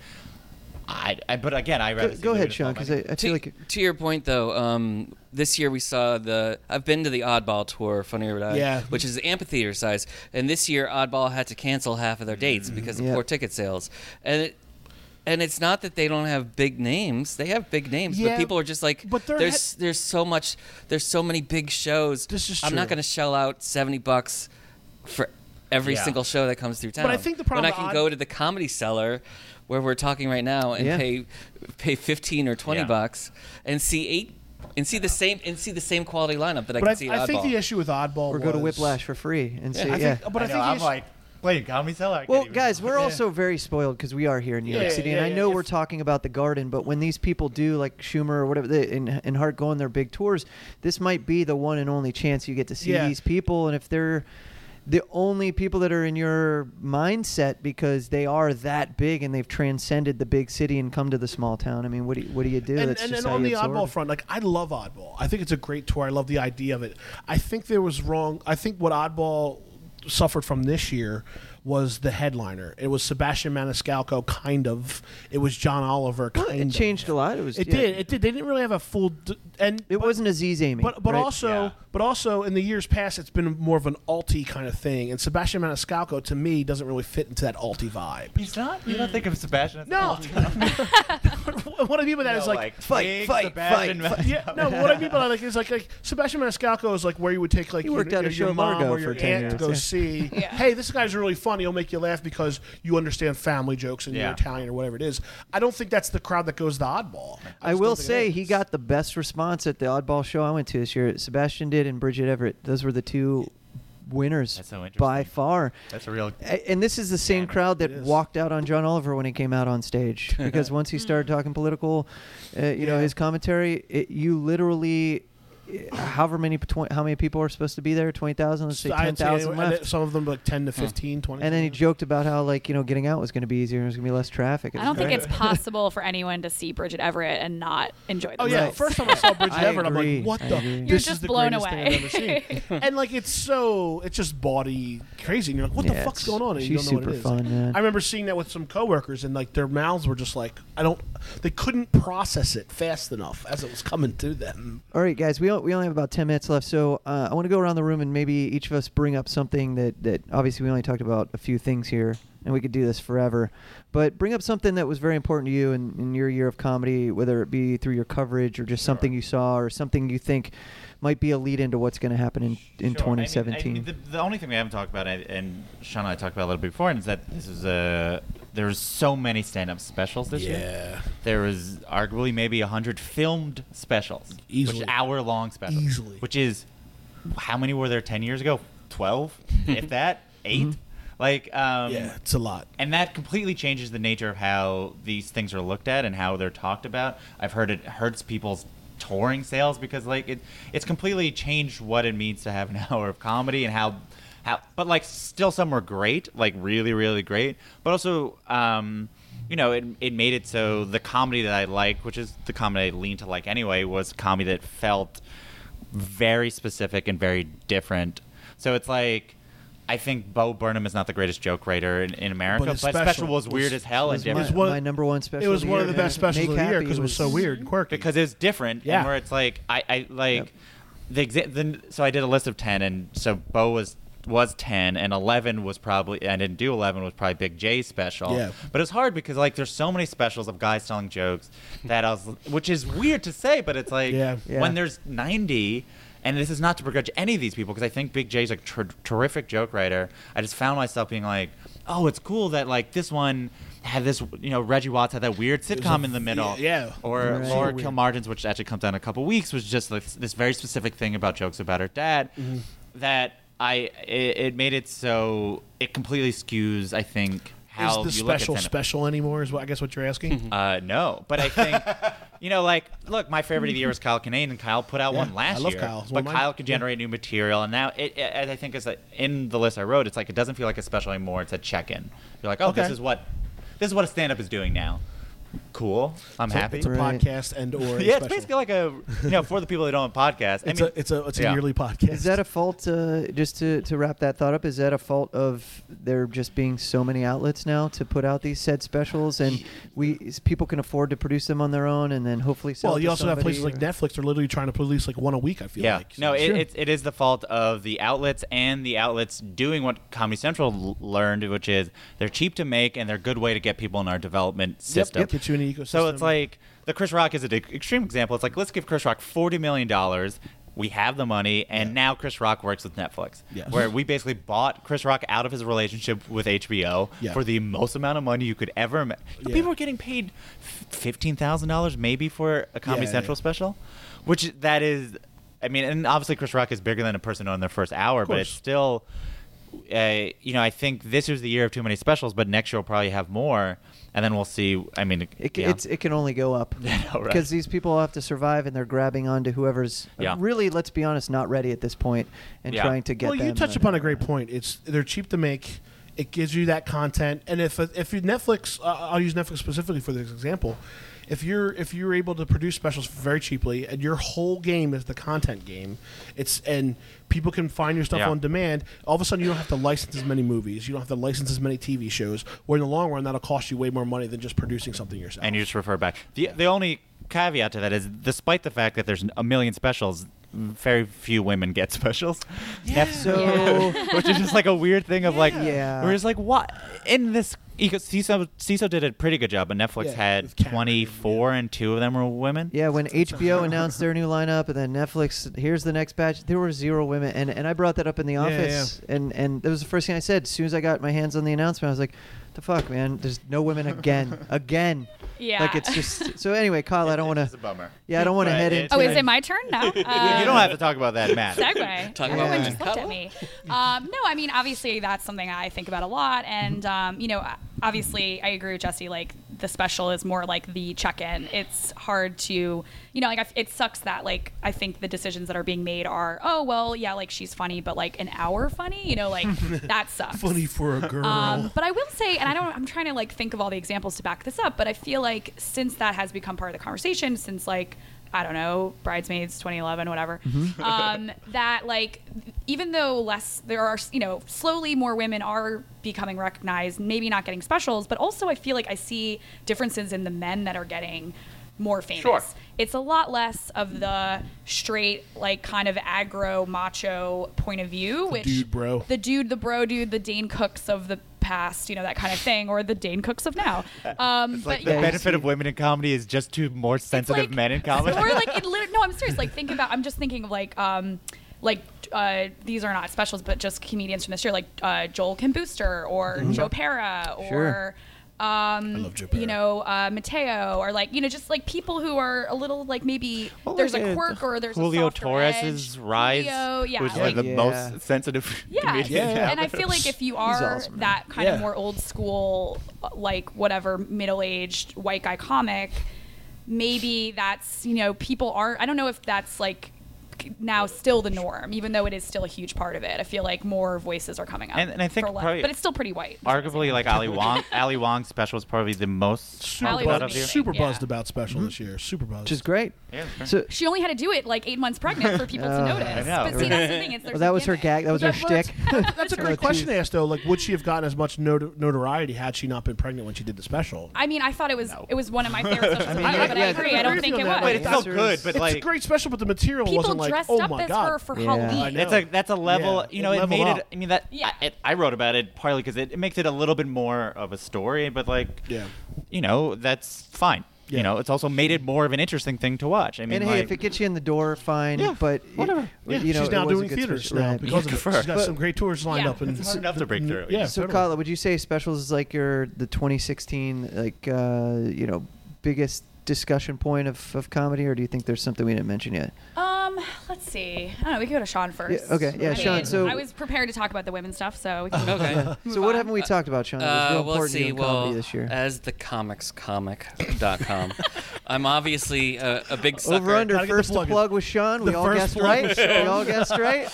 Speaker 5: I, I but again, I
Speaker 2: Go,
Speaker 5: rather see
Speaker 2: go
Speaker 5: Louis
Speaker 2: ahead,
Speaker 5: just
Speaker 2: Sean,
Speaker 5: bomb
Speaker 2: because
Speaker 5: it.
Speaker 2: I, I
Speaker 4: to,
Speaker 2: feel like
Speaker 4: to your point though, um, this year we saw the. I've been to the Oddball tour, Funny or Die,
Speaker 3: Yeah.
Speaker 4: which is amphitheater size, and this year Oddball had to cancel half of their dates
Speaker 3: Mm,
Speaker 4: because of
Speaker 2: Yeah.
Speaker 4: poor ticket sales, and it. And it's not that they don't have big names; they have big names,
Speaker 3: Yeah,
Speaker 4: but people are just like,
Speaker 3: but they're
Speaker 4: there's there's so much, there's so many big shows.
Speaker 3: This is
Speaker 4: I'm not
Speaker 3: true.
Speaker 4: going to shell out seventy bucks for every
Speaker 5: Yeah.
Speaker 4: single show that comes through town.
Speaker 3: I think the problem
Speaker 4: when I
Speaker 3: with
Speaker 4: can
Speaker 3: Odd-
Speaker 4: go to the comedy cellar, where we're talking right now, and
Speaker 2: Yeah.
Speaker 4: pay pay fifteen or twenty
Speaker 5: Yeah.
Speaker 4: bucks and see eight and see the same and see the same quality lineup that
Speaker 3: but
Speaker 4: I can
Speaker 3: I,
Speaker 4: see
Speaker 3: I
Speaker 4: at
Speaker 3: think
Speaker 4: Oddball.
Speaker 3: the issue with Oddball
Speaker 2: or go to
Speaker 3: was-
Speaker 2: Whiplash for free and see.
Speaker 4: I
Speaker 2: Yeah.
Speaker 3: I think, but I
Speaker 5: know,
Speaker 3: think the
Speaker 5: I'm
Speaker 3: issue-
Speaker 5: like, wait, comedy seller. I can't
Speaker 2: Well,
Speaker 5: even-
Speaker 2: guys, we're also very spoiled because we are here in New York
Speaker 3: Yeah,
Speaker 2: City,
Speaker 3: yeah,
Speaker 2: and I
Speaker 3: yeah,
Speaker 2: know
Speaker 3: yeah.
Speaker 2: we're talking about the Garden, but when these people do, like Schumer or whatever, they, and, and Hart go on their big tours, this might be the one and only chance you get to see
Speaker 3: Yeah.
Speaker 2: these people, and if they're the only people that are in your mindset because they are that big and they've transcended the big city and come to the small town. I mean, what do you, what do you do?
Speaker 3: and,
Speaker 2: That's
Speaker 3: and,
Speaker 2: just
Speaker 3: and
Speaker 2: how
Speaker 3: on
Speaker 2: you
Speaker 3: the
Speaker 2: absorb
Speaker 3: oddball
Speaker 2: it.
Speaker 3: front like i love oddball i think it's a great tour i love the idea of it i think there was wrong i think what oddball suffered from this year was the headliner it was sebastian maniscalco kind of it was john oliver kind
Speaker 2: Well, it
Speaker 3: of
Speaker 2: changed a lot. It was
Speaker 3: it
Speaker 2: yeah.
Speaker 3: did it did they didn't really have a full d- and
Speaker 2: It wasn't Aziz Amy,
Speaker 3: but but
Speaker 2: right?
Speaker 3: also
Speaker 5: Yeah.
Speaker 3: but also in the years past it's been more of an alti kind of thing and sebastian maniscalco to me doesn't really fit into that alti vibe
Speaker 5: he's not. You don't think of Sebastian? as
Speaker 3: no
Speaker 5: a-
Speaker 3: what i mean by that is
Speaker 5: No,
Speaker 3: like
Speaker 2: fight,
Speaker 5: big
Speaker 2: fight,
Speaker 5: Sebastian
Speaker 2: fight,
Speaker 5: Maniscalco.
Speaker 3: Yeah, no. What I mean by that, like is like like Sebastian Maniscalco is like where you would take like
Speaker 2: He
Speaker 3: your-
Speaker 2: worked
Speaker 3: your,
Speaker 2: out a show
Speaker 3: your
Speaker 2: at
Speaker 3: mom
Speaker 2: Largo
Speaker 3: or your
Speaker 2: for 10
Speaker 3: aunt to
Speaker 2: years,
Speaker 3: go
Speaker 2: yeah.
Speaker 3: see.
Speaker 6: Yeah.
Speaker 3: Hey, this guy's really funny. He'll make you laugh because you understand family jokes and you're
Speaker 5: Yeah.
Speaker 3: Italian or whatever it is. I don't think that's the crowd that goes to oddball.
Speaker 2: I
Speaker 3: just
Speaker 2: will
Speaker 3: don't think it
Speaker 2: say
Speaker 3: is.
Speaker 2: he got the best response at the oddball show I went to this year. Sebastian did and Bridget Everett. Those were the two winners
Speaker 5: That's so interesting.
Speaker 2: by far.
Speaker 5: That's a real.
Speaker 2: A- And this is the same
Speaker 5: Damn it.
Speaker 2: crowd that
Speaker 3: It is.
Speaker 2: walked out on John Oliver when he came out on stage because once
Speaker 6: Hmm.
Speaker 2: he started talking political, uh, you know
Speaker 3: Yeah.
Speaker 2: his commentary. It, you literally, uh, however many twen- how many people are supposed to be there? Twenty thousand. Let's say
Speaker 3: uh, So I'd
Speaker 2: ten
Speaker 3: say
Speaker 2: thousand
Speaker 3: anyway, and
Speaker 2: left.
Speaker 3: Some of them like ten to 15, 20.
Speaker 2: And then he joked about how like you know getting out was going to be easier. and There's going to be less traffic. It
Speaker 6: I
Speaker 2: was
Speaker 6: don't think
Speaker 2: great.
Speaker 6: it's possible for anyone to see Bridget Everett and not enjoy.
Speaker 3: Oh yeah,
Speaker 2: Right.
Speaker 3: first time I saw Bridget
Speaker 2: I
Speaker 3: Everett,
Speaker 2: agree.
Speaker 3: I'm like, what
Speaker 2: I
Speaker 3: the?
Speaker 2: agree. You're
Speaker 3: this is
Speaker 6: just
Speaker 3: the
Speaker 6: blown
Speaker 3: greatest thing I've ever seen. and like, it's so it's just bawdy, crazy, and you're like, what
Speaker 2: Yeah,
Speaker 3: the fuck's
Speaker 2: it's-
Speaker 3: going on? And you
Speaker 2: she's
Speaker 3: don't know what it
Speaker 2: super
Speaker 3: is.
Speaker 2: fun, man.
Speaker 3: I remember seeing that with some coworkers, and like their mouths were just like, I don't, they couldn't process it fast enough as it was coming to them.
Speaker 2: All right, guys, we, o- we only have about 10 minutes left, so uh, I want to go around the room and maybe each of us bring up something that, that obviously we only talked about a few things here, and we could do this forever. But bring up something that was very important to you in, in your year of comedy, whether it be through your coverage or just something you saw or something you think might be a lead into what's going to happen in, in
Speaker 5: Sure. I mean- I
Speaker 2: 2017.
Speaker 5: mean, the, the only thing we haven't talked about, and- and Sean and I talked about a little bit before, is that this is a there's so many stand-up specials this year. There was arguably maybe hundred filmed specials,
Speaker 3: Easily.
Speaker 5: which hour-long specials,
Speaker 3: Easily.
Speaker 5: which is how many were there 10 years ago? 12, if that, 8 Like, um,
Speaker 3: Mm-hmm. yeah, it's a lot.
Speaker 5: and that completely changes the nature of how these things are looked at and how they're talked about. I've heard it hurts people's touring sales because like it it's completely changed what it means to have an hour of comedy and how how but like still some were great, like really really great, but also um you know, it, it made it so the comedy that I like, which is the comedy I lean to like anyway, was comedy that felt very specific and very different. So it's like, I think Bo Burnham is not the greatest joke writer in, in America, but
Speaker 3: his
Speaker 5: his special,
Speaker 3: special
Speaker 5: was
Speaker 3: was-
Speaker 5: weird as hell
Speaker 2: was
Speaker 5: and
Speaker 2: my,
Speaker 5: different.
Speaker 3: one-
Speaker 2: my number one special.
Speaker 3: It was
Speaker 2: of
Speaker 3: one of the
Speaker 2: year,
Speaker 3: best
Speaker 2: yeah.
Speaker 3: specials of
Speaker 2: Make
Speaker 3: the year
Speaker 2: Happy
Speaker 3: because it was so weird and quirky.
Speaker 5: because it's different
Speaker 3: Yeah.
Speaker 5: and where it's like i, I like the, exa- the so i did a list of 10 and so bo was was 10 and 11 was probably i didn't do 11 was probably big j's special
Speaker 3: Yeah.
Speaker 5: but it's hard because like there's so many specials of guys telling jokes that i was which is weird to say but it's like
Speaker 3: Yeah.
Speaker 2: Yeah.
Speaker 5: when there's 90 and this is not to begrudge any of these people because I think Big J's a ter- terrific joke writer. I just found myself being like, "Oh, it's cool that like this one had this, you know, Reggie Watts had that weird sitcom in the middle,
Speaker 3: yeah.
Speaker 5: or
Speaker 2: Right.
Speaker 5: Laura
Speaker 3: Super weird.
Speaker 5: Kilmartin's, which actually comes out in a couple weeks, was just like this very specific thing about jokes about her dad
Speaker 3: Mm-hmm.
Speaker 5: that I it, it made it so it completely skews. I think how
Speaker 3: is the
Speaker 5: you
Speaker 3: special
Speaker 5: look at stand-up.
Speaker 3: special anymore? Is what I guess what you're asking.
Speaker 5: Uh, no, but I think you know, like, look, my favorite of the year was Kyle Kinane, and Kyle put out
Speaker 3: Yeah,
Speaker 5: one
Speaker 3: I
Speaker 5: last
Speaker 3: love
Speaker 5: year.
Speaker 3: Kyle. It's one
Speaker 5: But
Speaker 3: of mine.
Speaker 5: Kyle can generate new material, and now it, it as I think is like, in the list I wrote, it's like it doesn't feel like a special anymore. It's a check-in. You're like, oh, this
Speaker 3: Okay.
Speaker 5: is what this is what a stand-up is doing now. Cool, I'm
Speaker 3: So
Speaker 5: happy.
Speaker 3: It's a
Speaker 2: Right.
Speaker 3: podcast and or a
Speaker 5: yeah, it's
Speaker 3: special.
Speaker 5: basically like a you know for the people that don't have podcasts.
Speaker 3: it's
Speaker 5: I mean,
Speaker 3: a it's a it's a
Speaker 5: yeah.
Speaker 3: yearly podcast.
Speaker 2: Is that a fault? Uh, just to, to wrap that thought up, is that a fault of there just being so many outlets now to put out these said specials, and we s- people can afford to produce them on their own, and then hopefully sell.
Speaker 3: well,
Speaker 2: it
Speaker 3: you
Speaker 2: to
Speaker 3: also have
Speaker 2: somebody
Speaker 3: places like
Speaker 2: or-
Speaker 3: Netflix are literally trying to produce like one a week. I feel
Speaker 5: yeah.
Speaker 3: like
Speaker 5: No, it,
Speaker 3: Sure.
Speaker 5: it's it is the fault of the outlets and the outlets doing what Comedy Central l- learned, which is they're cheap to make and they're a good way to get people in our development system.
Speaker 3: yep. Get you in an ecosystem.
Speaker 5: So it's like the Chris Rock is an e- extreme example. It's like let's give Chris Rock forty million dollars. We have the money, and now Chris Rock works with Netflix,
Speaker 3: Yes.
Speaker 5: where we basically bought Chris Rock out of his relationship with HBO
Speaker 3: Yeah.
Speaker 5: for the most amount of money you could ever. Ima-
Speaker 3: Yeah.
Speaker 5: People were getting paid fifteen thousand dollars maybe for a Comedy
Speaker 3: Yeah,
Speaker 5: Central
Speaker 3: yeah.
Speaker 5: special, which is- that is, I mean, and obviously Chris Rock is bigger than a person on their first hour, but it's
Speaker 3: course.
Speaker 5: still, uh, you know, I think this is the year of too many specials, but next year we'll probably have more, and then we'll see. I mean,
Speaker 2: It, c-
Speaker 5: yeah.
Speaker 2: it's, it can only go up
Speaker 5: know, right.
Speaker 2: because these people have to survive, and they're grabbing onto whoever's
Speaker 5: Yeah.
Speaker 2: really, let's be honest, not ready at this point, and
Speaker 5: Yeah.
Speaker 2: trying to get.
Speaker 3: well, you
Speaker 2: them,
Speaker 3: touch
Speaker 2: uh,
Speaker 3: upon a great point. It's they're cheap to make. It gives you that content, and if if you Netflix, uh, I'll use Netflix specifically for this example. If you're if you're able to produce specials very cheaply, and your whole game is the content game, it's and people can find your stuff
Speaker 5: Yeah.
Speaker 3: on demand. All of a sudden, you don't have to license as many movies. You don't have to license as many TV shows. Where in the long run, that'll cost you way more money than just producing something yourself.
Speaker 5: and you just refer back. The the only caveat to that is, despite the fact that there's a million specials, very few women get specials. Yeah.
Speaker 2: So
Speaker 5: which is just like a weird thing of like,
Speaker 2: Yeah.
Speaker 5: we're just like, what in this? Eco- CISO, CISO did a pretty good job, but Netflix
Speaker 3: Yeah,
Speaker 5: had
Speaker 3: with Cameron,
Speaker 5: 24, and two of them were women.
Speaker 2: Yeah, when HBO announced their new lineup and then Netflix, here's the next batch, there were zero women. And, and I brought that up in the office. And, and that was the first thing I said. As soon as I got my hands on the announcement, I was like, the fuck, man? There's no women again. again.
Speaker 6: Yeah.
Speaker 2: Like, it's just. So, anyway, Kyle, I don't want to.
Speaker 5: bummer.
Speaker 2: Yeah, I don't want to
Speaker 5: Right,
Speaker 2: head
Speaker 5: it-
Speaker 2: into.
Speaker 6: Oh, is
Speaker 2: it.
Speaker 6: it my turn now? Uh,
Speaker 5: you don't have to talk about that, Matt.
Speaker 6: segue.
Speaker 4: Talk about
Speaker 6: Everyone
Speaker 2: women.
Speaker 6: just looked at me. Um, no, I mean, obviously, that's something I think about a lot. And, um, you know, obviously, I agree with Jesse. Like, the special is more like the check in. It's hard to, you know, like, I- it sucks that, like, I think the decisions that are being made are, oh, well, yeah, like, she's funny, but, like, an hour funny, you know, like, that sucks.
Speaker 3: Funny for a girl.
Speaker 6: Um, but I will say, and I don't, I'm trying to like think of all the examples to back this up, but I feel like since that has become part of the conversation, since like, I don't know, Bridesmaids 2011, whatever,
Speaker 3: Mm-hmm.
Speaker 6: um, that like, even though less, there are, you know, slowly more women are becoming recognized, maybe not getting specials, but also I feel like I see differences in the men that are getting more famous.
Speaker 5: Sure.
Speaker 6: It's a lot less of the straight, like kind of aggro macho point of view, which
Speaker 3: dude bro.
Speaker 6: the dude, the bro dude, the Dane Cooks of the past, you know, that kind of thing, or the Dane Cooks of now. Um,
Speaker 5: It's like
Speaker 6: but
Speaker 5: the
Speaker 6: yeah.
Speaker 5: benefit of women in comedy is just to more
Speaker 6: It's
Speaker 5: sensitive
Speaker 6: like-
Speaker 5: men in comedy.
Speaker 6: Or like, it lit- no, I'm serious. Like, think about. I'm just thinking of like, um, like uh, these are not specials, but just comedians from this year, like uh, Joel Kim Booster or Joe Pera or.
Speaker 2: Sure.
Speaker 3: I love Joe Barra.
Speaker 6: you know, uh, Mateo, or like you know, just like people who are a little like maybe
Speaker 5: Well,
Speaker 6: there's
Speaker 5: like,
Speaker 6: a
Speaker 5: uh,
Speaker 6: quirk or there's
Speaker 5: Julio
Speaker 6: a softer
Speaker 5: Torres's
Speaker 6: edge.
Speaker 5: rise,
Speaker 6: Julio, yeah,
Speaker 5: which is like
Speaker 6: like-
Speaker 5: the
Speaker 2: Yeah.
Speaker 5: most sensitive
Speaker 6: yeah,
Speaker 5: comedian.
Speaker 3: Yeah.
Speaker 6: and I feel like if you
Speaker 2: He's
Speaker 6: are
Speaker 2: awesome, man.
Speaker 6: that kind
Speaker 3: Yeah.
Speaker 6: of more old school, uh, like whatever middle aged white guy comic, maybe that's you know people are. I don't know if that's like now still the norm, even though it is still a huge part of it. I feel like more voices are coming up,
Speaker 5: And- and I think
Speaker 6: for less-
Speaker 5: probably-
Speaker 6: but it's still pretty white.
Speaker 5: Arguably, like Ali Wong, Ali Wong's special is probably the most
Speaker 3: Super,
Speaker 6: Ali
Speaker 5: out
Speaker 3: buzzed,
Speaker 5: of
Speaker 6: amazing,
Speaker 5: here.
Speaker 3: super
Speaker 6: yeah.
Speaker 3: buzzed about special
Speaker 5: Mm-hmm.
Speaker 3: this year. Super buzzed.
Speaker 2: which is great.
Speaker 5: Yeah, that's
Speaker 2: So
Speaker 6: She only had to do it like eight months pregnant for people
Speaker 2: Oh,
Speaker 6: to notice.
Speaker 2: I
Speaker 5: know.
Speaker 6: But see, that's the thing. It's
Speaker 2: well, that was her gag. That was her
Speaker 3: That- well,
Speaker 2: shtick.
Speaker 3: That's a great question to ask, though. Like, would she have gotten as much not- notoriety had she not been pregnant when she did the special?
Speaker 6: I mean, I thought it was it was one of my favorite socials. I
Speaker 2: mean, yeah,
Speaker 6: but
Speaker 2: yeah,
Speaker 6: I agree. I
Speaker 3: I
Speaker 6: don't
Speaker 3: agree
Speaker 6: think
Speaker 3: with you
Speaker 6: it
Speaker 3: on that.
Speaker 6: was.
Speaker 5: But it's still
Speaker 2: Answers-
Speaker 5: good,
Speaker 2: It's
Speaker 5: but
Speaker 3: it's
Speaker 5: like
Speaker 3: a great special, but the material
Speaker 6: People
Speaker 3: wasn't like,
Speaker 6: dressed
Speaker 3: oh
Speaker 6: up
Speaker 3: my
Speaker 6: as
Speaker 3: god.
Speaker 6: her for
Speaker 2: Yeah. I
Speaker 6: Halloween.
Speaker 3: know.
Speaker 5: It's like that's a level,
Speaker 3: Yeah,
Speaker 5: you know.
Speaker 3: it
Speaker 5: It
Speaker 3: leveled
Speaker 5: made it.
Speaker 3: up.
Speaker 5: I mean, that
Speaker 6: Yeah.
Speaker 5: I, it, I wrote about it partly because it, it makes it a little bit more of a story, but like,
Speaker 3: Yeah.
Speaker 5: you know, that's fine.
Speaker 3: Yeah.
Speaker 5: You know, it's also made it more of an interesting thing to watch. I mean,
Speaker 2: And hey,
Speaker 5: like,
Speaker 2: if it gets you in the door, fine.
Speaker 5: Yeah,
Speaker 2: but y-
Speaker 5: whatever.
Speaker 2: y-
Speaker 3: Yeah,
Speaker 2: you know,
Speaker 3: she's
Speaker 2: it
Speaker 3: now
Speaker 2: was a
Speaker 3: doing
Speaker 2: good
Speaker 3: theaters
Speaker 2: special.
Speaker 3: now
Speaker 2: Right.
Speaker 3: because
Speaker 5: Yeah,
Speaker 3: of
Speaker 5: good
Speaker 3: it.
Speaker 5: for
Speaker 3: She's got
Speaker 5: her.
Speaker 3: some great tours lined
Speaker 6: Yeah.
Speaker 3: up, and
Speaker 5: It's hard enough to break through.
Speaker 3: Yeah,
Speaker 2: So,
Speaker 3: totally.
Speaker 2: Kyla, would you say specials is like your the 2016 like uh, you know biggest discussion point of, of comedy, or do you think there's something we didn't mention yet?
Speaker 6: Um, let's see. I don't know. We can go to Sean first.
Speaker 2: Yeah, okay. Yeah,
Speaker 6: I
Speaker 2: Sean,
Speaker 6: mean,
Speaker 2: so-
Speaker 6: I was prepared to talk about the women stuff, so we can move
Speaker 4: Okay.
Speaker 2: So what
Speaker 6: on.
Speaker 2: haven't we talked about, Sean? It was real
Speaker 4: Uh, well,
Speaker 2: important to you
Speaker 4: see,
Speaker 2: in
Speaker 4: well,
Speaker 2: comedy this year.
Speaker 4: as the comicscomic.com, I'm obviously a, a big sucker.
Speaker 2: Over under
Speaker 3: Gotta get the
Speaker 2: first to
Speaker 3: plug in.
Speaker 2: plug with Sean. We
Speaker 3: The
Speaker 2: all
Speaker 3: first
Speaker 2: guessed
Speaker 3: plug
Speaker 2: right.
Speaker 3: with
Speaker 2: We all guessed right.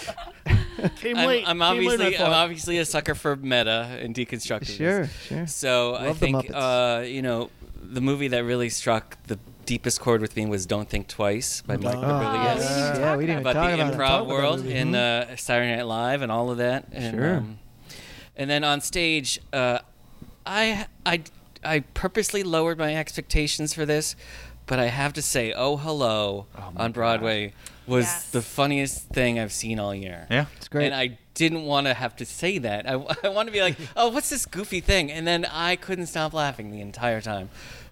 Speaker 3: Came
Speaker 4: I'm,
Speaker 3: late.
Speaker 4: I'm
Speaker 3: Came late, I
Speaker 4: obviously I'm
Speaker 3: thought.
Speaker 4: obviously a sucker for meta and deconstructing.
Speaker 2: Sure, sure.
Speaker 4: So I
Speaker 2: Love the
Speaker 4: think
Speaker 2: Muppets.
Speaker 4: uh, you know the movie that really struck the deepest chord with me was "Don't Think Twice" by Mike
Speaker 2: Oh,
Speaker 6: yeah, we
Speaker 4: Birbilia.
Speaker 6: didn't even
Speaker 2: yeah,
Speaker 6: talk
Speaker 2: we didn't even
Speaker 4: About
Speaker 2: talk
Speaker 4: the
Speaker 2: about it.
Speaker 4: improv world and uh, Saturday Night Live and all of that. And, um,
Speaker 2: Sure.
Speaker 4: and then on stage, uh, I I I purposely lowered my expectations for this, but I have to say, "Oh Hello" on Broadway was
Speaker 6: Yes.
Speaker 4: the funniest thing I've seen all year.
Speaker 5: yeah,
Speaker 2: It's great.
Speaker 4: And I didn't want to have to say that. I, I want to be like, oh, what's this goofy thing? And then I couldn't stop laughing the entire time.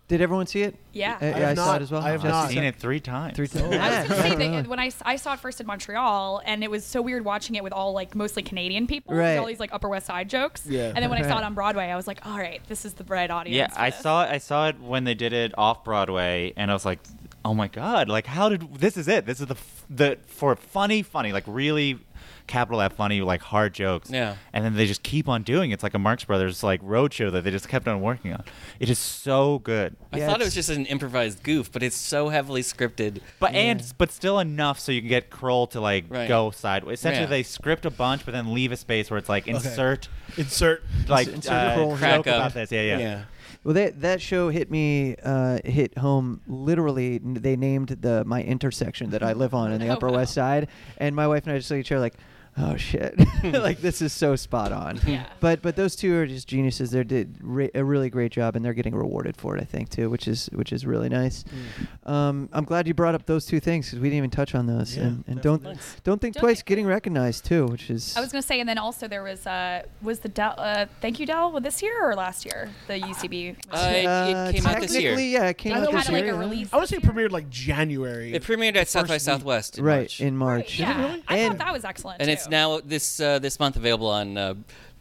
Speaker 2: Did everyone see it?
Speaker 6: Yeah.
Speaker 2: Uh,
Speaker 6: I
Speaker 2: yeah,
Speaker 3: have
Speaker 2: I saw
Speaker 3: not.
Speaker 2: it as well.
Speaker 3: I have
Speaker 2: Jesse
Speaker 3: not. Oh.
Speaker 2: saw
Speaker 5: seen it three times.
Speaker 2: Three times.
Speaker 6: I was
Speaker 2: Yeah,
Speaker 6: gonna say
Speaker 2: yeah,
Speaker 6: that
Speaker 2: really.
Speaker 6: when I, s- I saw it first in Montreal, and it was so weird watching it with all like mostly Canadian people, with
Speaker 2: Right.
Speaker 6: all these like Upper West Side jokes.
Speaker 3: Yeah.
Speaker 6: And then when I saw
Speaker 2: Right.
Speaker 6: it on Broadway, I was like, all right, this is the right audience.
Speaker 5: Yeah,
Speaker 6: for
Speaker 5: I
Speaker 6: this.
Speaker 5: saw it. I saw it when they did it off Broadway, and I was like, "Oh my god! Like, how did this is it? This is the f- the for funny, funny, like really capital F funny, like hard jokes.
Speaker 4: Yeah.
Speaker 5: And then they just keep on doing. it. It's like a Marx Brothers like roadshow that they just kept on working on. It is so good.
Speaker 4: I
Speaker 2: Yeah,
Speaker 4: thought it
Speaker 2: it's-
Speaker 4: was just an improvised goof, but it's so heavily scripted.
Speaker 5: But and but still enough so you can get Kroll to like
Speaker 4: Right.
Speaker 5: go sideways. Essentially,
Speaker 4: Yeah.
Speaker 5: they script a bunch, but then leave a space where it's like insert
Speaker 3: Insert.
Speaker 5: like
Speaker 2: Insert
Speaker 5: uh,
Speaker 2: Kroll
Speaker 5: joke
Speaker 4: Crack up.
Speaker 5: about this. Yeah, yeah.
Speaker 2: Well, that that show hit me uh, hit home literally. N- They named the my intersection that I live on in the
Speaker 6: Oh,
Speaker 2: Upper
Speaker 6: wow.
Speaker 2: West Side, and my wife and I just looked at each other like, "Oh shit!" like this is so spot on.
Speaker 6: Yeah.
Speaker 2: But but those two are just geniuses. They did re- a really great job, and they're getting rewarded for it, I think, too, which is which is really nice. Um, I'm glad you brought up those two things because we didn't even touch on those.
Speaker 3: Yeah,
Speaker 2: and and don't
Speaker 4: definitely.
Speaker 2: don't think
Speaker 6: Don't
Speaker 2: twice
Speaker 6: think-
Speaker 2: getting recognized too, which is
Speaker 6: I was gonna say, and then also there was uh was the Del, uh, thank you Dell well, this year or last year the UCB.
Speaker 4: Uh, it- it came out this year.
Speaker 2: technically, Yeah, it came
Speaker 3: I
Speaker 2: out
Speaker 3: thought it
Speaker 6: had
Speaker 2: this
Speaker 3: was
Speaker 6: like
Speaker 2: year.
Speaker 6: a
Speaker 2: yeah.
Speaker 6: release.
Speaker 3: I want to say it
Speaker 6: this year.
Speaker 3: premiered like January.
Speaker 4: It premiered at South by Southwest. In
Speaker 2: right
Speaker 4: March.
Speaker 2: in March.
Speaker 6: Right, yeah. I
Speaker 2: And-
Speaker 6: thought that was excellent.
Speaker 4: and
Speaker 6: too.
Speaker 4: it's now this uh, this month available on uh,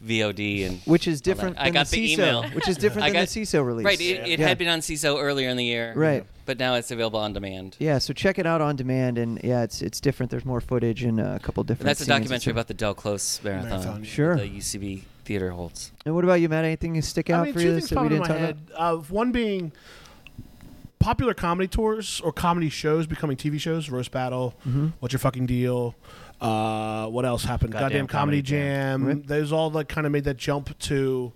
Speaker 4: VOD and
Speaker 2: which is
Speaker 4: all that.
Speaker 2: different.
Speaker 4: I
Speaker 2: than
Speaker 4: got
Speaker 2: the,
Speaker 4: the,
Speaker 2: CISO,
Speaker 4: email,
Speaker 2: which is different
Speaker 4: I
Speaker 2: than
Speaker 4: got-
Speaker 2: the CISO release.
Speaker 4: Right, it, it
Speaker 2: Yeah.
Speaker 4: had been on CISO earlier in the year.
Speaker 2: Right.
Speaker 4: But now it's available on demand.
Speaker 2: Yeah, so check it out on demand, and yeah, it's it's different. There's more footage and uh, a couple different.
Speaker 4: And that's a
Speaker 2: scenes and
Speaker 4: documentary
Speaker 2: stuff.
Speaker 4: about the Del Close Marathon,
Speaker 3: Marathon,
Speaker 4: that
Speaker 2: Sure.
Speaker 4: the UCB theater holds.
Speaker 2: And what about you, Matt? Anything stick out
Speaker 3: I mean,
Speaker 2: for
Speaker 3: two
Speaker 2: you
Speaker 3: things
Speaker 2: that we
Speaker 3: popped in
Speaker 2: didn't
Speaker 3: my
Speaker 2: talk
Speaker 3: head. Uh, one being popular comedy tours or comedy shows becoming TV shows. Roast Battle,
Speaker 2: Mm-hmm.
Speaker 3: What's Your Fucking Deal? Uh, what else happened?
Speaker 5: Goddamn
Speaker 3: Goddamn, Comedy,
Speaker 5: Comedy Jam.
Speaker 3: Jam. Those all like kind of made that jump to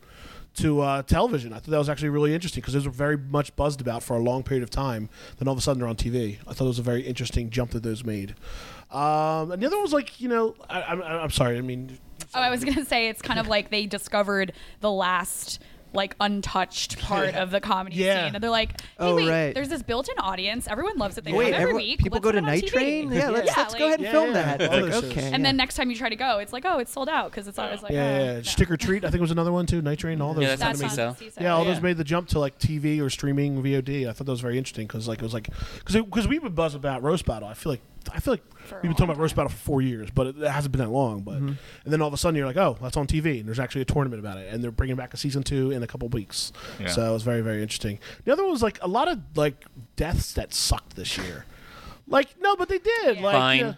Speaker 3: to uh, television. I thought that was actually really interesting because those were very much buzzed about for a long period of time. Then all of a sudden they're on TV. I thought it was a very interesting jump that those made. Um, and the other one was like, you know, I, I'm, I'm sorry. I mean,
Speaker 6: Oh, I was gonna say it's kind of like they discovered the last like untouched part of the comedy
Speaker 3: Yeah.
Speaker 6: scene, and they're like, "Hey,
Speaker 2: Oh,
Speaker 6: wait,
Speaker 2: right.
Speaker 6: there's this built-in audience. Everyone loves it. They
Speaker 2: Wait,
Speaker 6: come every
Speaker 2: everyone-
Speaker 6: week.
Speaker 2: people
Speaker 6: Let's
Speaker 2: go
Speaker 6: put
Speaker 2: to
Speaker 6: it on
Speaker 2: Night
Speaker 6: TV."
Speaker 2: Train. Yeah, let's let's go
Speaker 6: like-
Speaker 2: ahead and
Speaker 3: Yeah,
Speaker 2: film
Speaker 3: yeah,
Speaker 2: that.
Speaker 3: all
Speaker 2: Like,
Speaker 3: those shows.
Speaker 2: okay.
Speaker 6: And
Speaker 2: yeah.
Speaker 6: then next time you try to go, it's like, oh, it's sold out because it's always like,
Speaker 3: yeah,
Speaker 6: oh,
Speaker 3: yeah,
Speaker 6: no.
Speaker 3: Stick or Treat. I think was another one too. Night Train. All those.
Speaker 4: Yeah, that's
Speaker 3: kinda
Speaker 4: on
Speaker 6: That's
Speaker 3: made-
Speaker 4: CISO.
Speaker 6: on CISO.
Speaker 3: Yeah, all
Speaker 4: Yeah.
Speaker 3: those made the jump to like TV or streaming VOD. I thought that was very interesting because like it was like because because we would buzz about roast battle. I feel like I feel like we've been talking about roast battle for four years, but it, it hasn't been that long. But and then all of a sudden you're like, oh, that's on TV, and there's actually a tournament about it, and they're bringing back a season two in a couple weeks.
Speaker 5: Yeah.
Speaker 3: So it was very very interesting. The other one was like a lot of like deaths that sucked this year. Like no, but they did. Like
Speaker 4: Vine.
Speaker 3: yeah.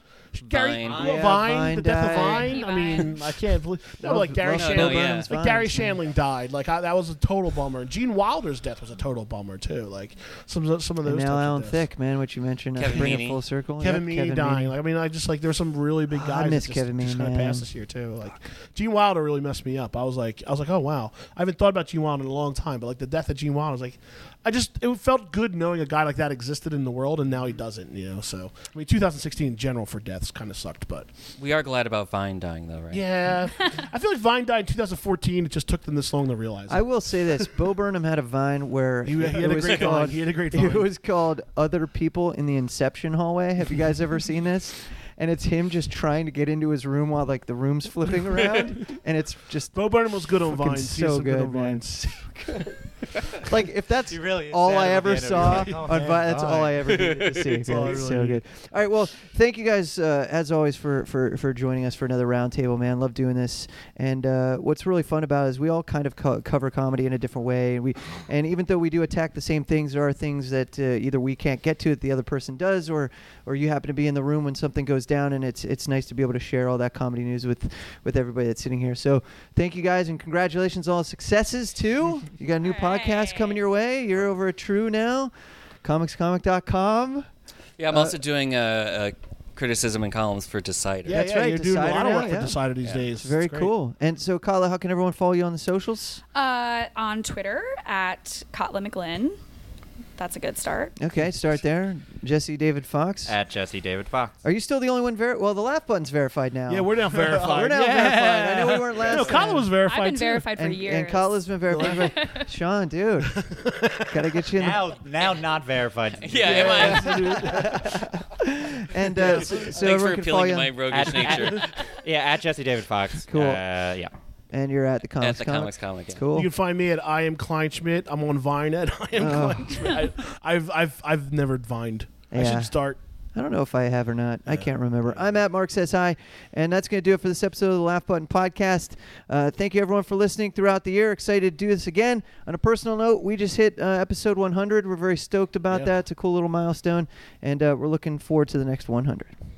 Speaker 3: Gary
Speaker 4: Vine.
Speaker 3: well,
Speaker 2: Yeah,
Speaker 3: Vine,
Speaker 2: Vine
Speaker 3: the death of
Speaker 2: died.
Speaker 3: Vine. I mean, I can't believe no,
Speaker 2: Love-
Speaker 3: like Gary
Speaker 2: love
Speaker 4: No,
Speaker 3: Shandling.
Speaker 4: no,
Speaker 2: Bill
Speaker 4: yeah.
Speaker 2: Burnham's
Speaker 3: Like
Speaker 2: vines,
Speaker 3: Gary
Speaker 2: man.
Speaker 3: Shandling died. Like I, that was a total bummer. Gene Wilder's death was a total bummer too. Like some some of those.
Speaker 2: And
Speaker 3: types
Speaker 2: now
Speaker 3: of
Speaker 2: Alan
Speaker 3: deaths.
Speaker 2: Thicke, Oh, man, what you mentioned, I
Speaker 4: Kevin
Speaker 2: bring
Speaker 4: Meaney.
Speaker 2: it full circle.
Speaker 3: Kevin
Speaker 2: Yep,
Speaker 3: Meaney dying.
Speaker 2: Meaney.
Speaker 3: Like I mean, I just like there were some really big
Speaker 2: Ah, I
Speaker 3: guys.
Speaker 2: miss
Speaker 3: that
Speaker 2: Kevin
Speaker 3: just,
Speaker 2: Meaney,
Speaker 3: just kind of
Speaker 2: man.
Speaker 3: passed this year too. Like Gene Wilder really messed me up. I was like, I was like, oh wow, I haven't thought about Gene Wilder in a long time. But like the death of Gene Wilder, I was like, I just it felt good knowing a guy like that existed in the world, and now he doesn't. You know, so I mean, 2016 in general for deaths kind of sucked, but
Speaker 4: We are glad about Vine dying, though, right?
Speaker 3: yeah, I feel like Vine died in 2014. It just took them this long to realize. it.
Speaker 2: I will say this: Bo Burnham had a vine where
Speaker 3: He- he had
Speaker 2: it
Speaker 3: a
Speaker 2: was
Speaker 3: great vine.
Speaker 2: called,
Speaker 3: He had a great
Speaker 2: It
Speaker 3: vine.
Speaker 2: was called "Other People in the Inception Hallway." Have you guys ever seen this? And it's him just trying to get into his room while like the room's flipping around, and it's just
Speaker 3: Bo Burnham was good on
Speaker 2: fucking
Speaker 3: Vine.
Speaker 2: so good,
Speaker 3: on
Speaker 2: man.
Speaker 3: Vine.
Speaker 2: So good. like if that's
Speaker 5: You really
Speaker 2: all
Speaker 5: said
Speaker 2: I
Speaker 5: it at the
Speaker 2: ever
Speaker 5: end of it.
Speaker 2: saw
Speaker 5: Like,
Speaker 2: on
Speaker 5: oh,
Speaker 2: Vine,
Speaker 5: man,
Speaker 2: that's all I
Speaker 5: Vine.
Speaker 2: ever needed to see.
Speaker 3: That's all I
Speaker 2: man. It's
Speaker 3: really
Speaker 2: so
Speaker 3: needed.
Speaker 2: good. All right, well, thank you guys uh, as always for, for for joining us for another roundtable, man. Love doing this. And uh, what's really fun about it is we all kind of co- cover comedy in a different way, and we and even though we do attack the same things, there are things that uh, either we can't get to that the other person does, or or you happen to be in the room when something goes down, and it's it's nice to be able to share all that comedy news with with everybody that's sitting here. So thank you guys, and congratulations on all successes too. You got a new podcast coming your way. You're over at True now, comicscomic.com.
Speaker 4: Yeah, I'm also doing a, a criticism and columns for Decider.
Speaker 3: Yeah,
Speaker 2: That's
Speaker 3: yeah,
Speaker 2: right,
Speaker 3: You're doing a
Speaker 2: Decider
Speaker 3: lot of
Speaker 2: now,
Speaker 3: work for
Speaker 2: yeah.
Speaker 3: Decider these days. It's
Speaker 2: Very
Speaker 3: great.
Speaker 2: cool. And so, Kyla, how can everyone follow you on the socials?
Speaker 6: Uh, on Twitter at Kotla McGlynn. That's a good start.
Speaker 2: Okay, start there. Jesse David Fox.
Speaker 5: At Jesse David Fox.
Speaker 2: Are you still the only one? Ver- well, the laugh button's verified now.
Speaker 3: Yeah, we're now verified.
Speaker 2: We're now verified. I know we weren't last.
Speaker 3: No, Colin
Speaker 2: time.
Speaker 3: was verified.
Speaker 6: I've been
Speaker 3: too.
Speaker 6: verified for
Speaker 2: And,
Speaker 6: years.
Speaker 2: and Kyla's been verified. Sean, dude, gotta get you in.
Speaker 5: Now, now not verified.
Speaker 4: Yeah, am I?
Speaker 2: the, and uh, so, so
Speaker 4: Thanks for
Speaker 2: everyone can follow
Speaker 4: appealing
Speaker 2: you.
Speaker 4: to
Speaker 2: on-
Speaker 4: my roguish
Speaker 5: At-
Speaker 4: nature.
Speaker 5: Yeah, at Jesse David Fox.
Speaker 2: Cool.
Speaker 5: Uh, yeah.
Speaker 2: and you're at the comics.
Speaker 4: the
Speaker 2: Comic.
Speaker 4: Comics Comic, yeah.
Speaker 2: Cool.
Speaker 3: You can find me at I am Klein Schmidt. I'm on Vine at I am
Speaker 2: Uh.
Speaker 3: Klein Schmidt. I, I've I've I've never vined. I
Speaker 2: Yeah.
Speaker 3: should start.
Speaker 2: I don't know if I have or not. I can't remember. I'm at Mark Says Hi, and that's going to do it for this episode of the Laugh Button Podcast. Uh, thank you, everyone, for listening throughout the year. Excited to do this again. On a personal note, we just hit uh, episode 100. We're very stoked about
Speaker 3: Yeah.
Speaker 2: that. It's a cool little milestone, and uh, we're looking forward to the next 100.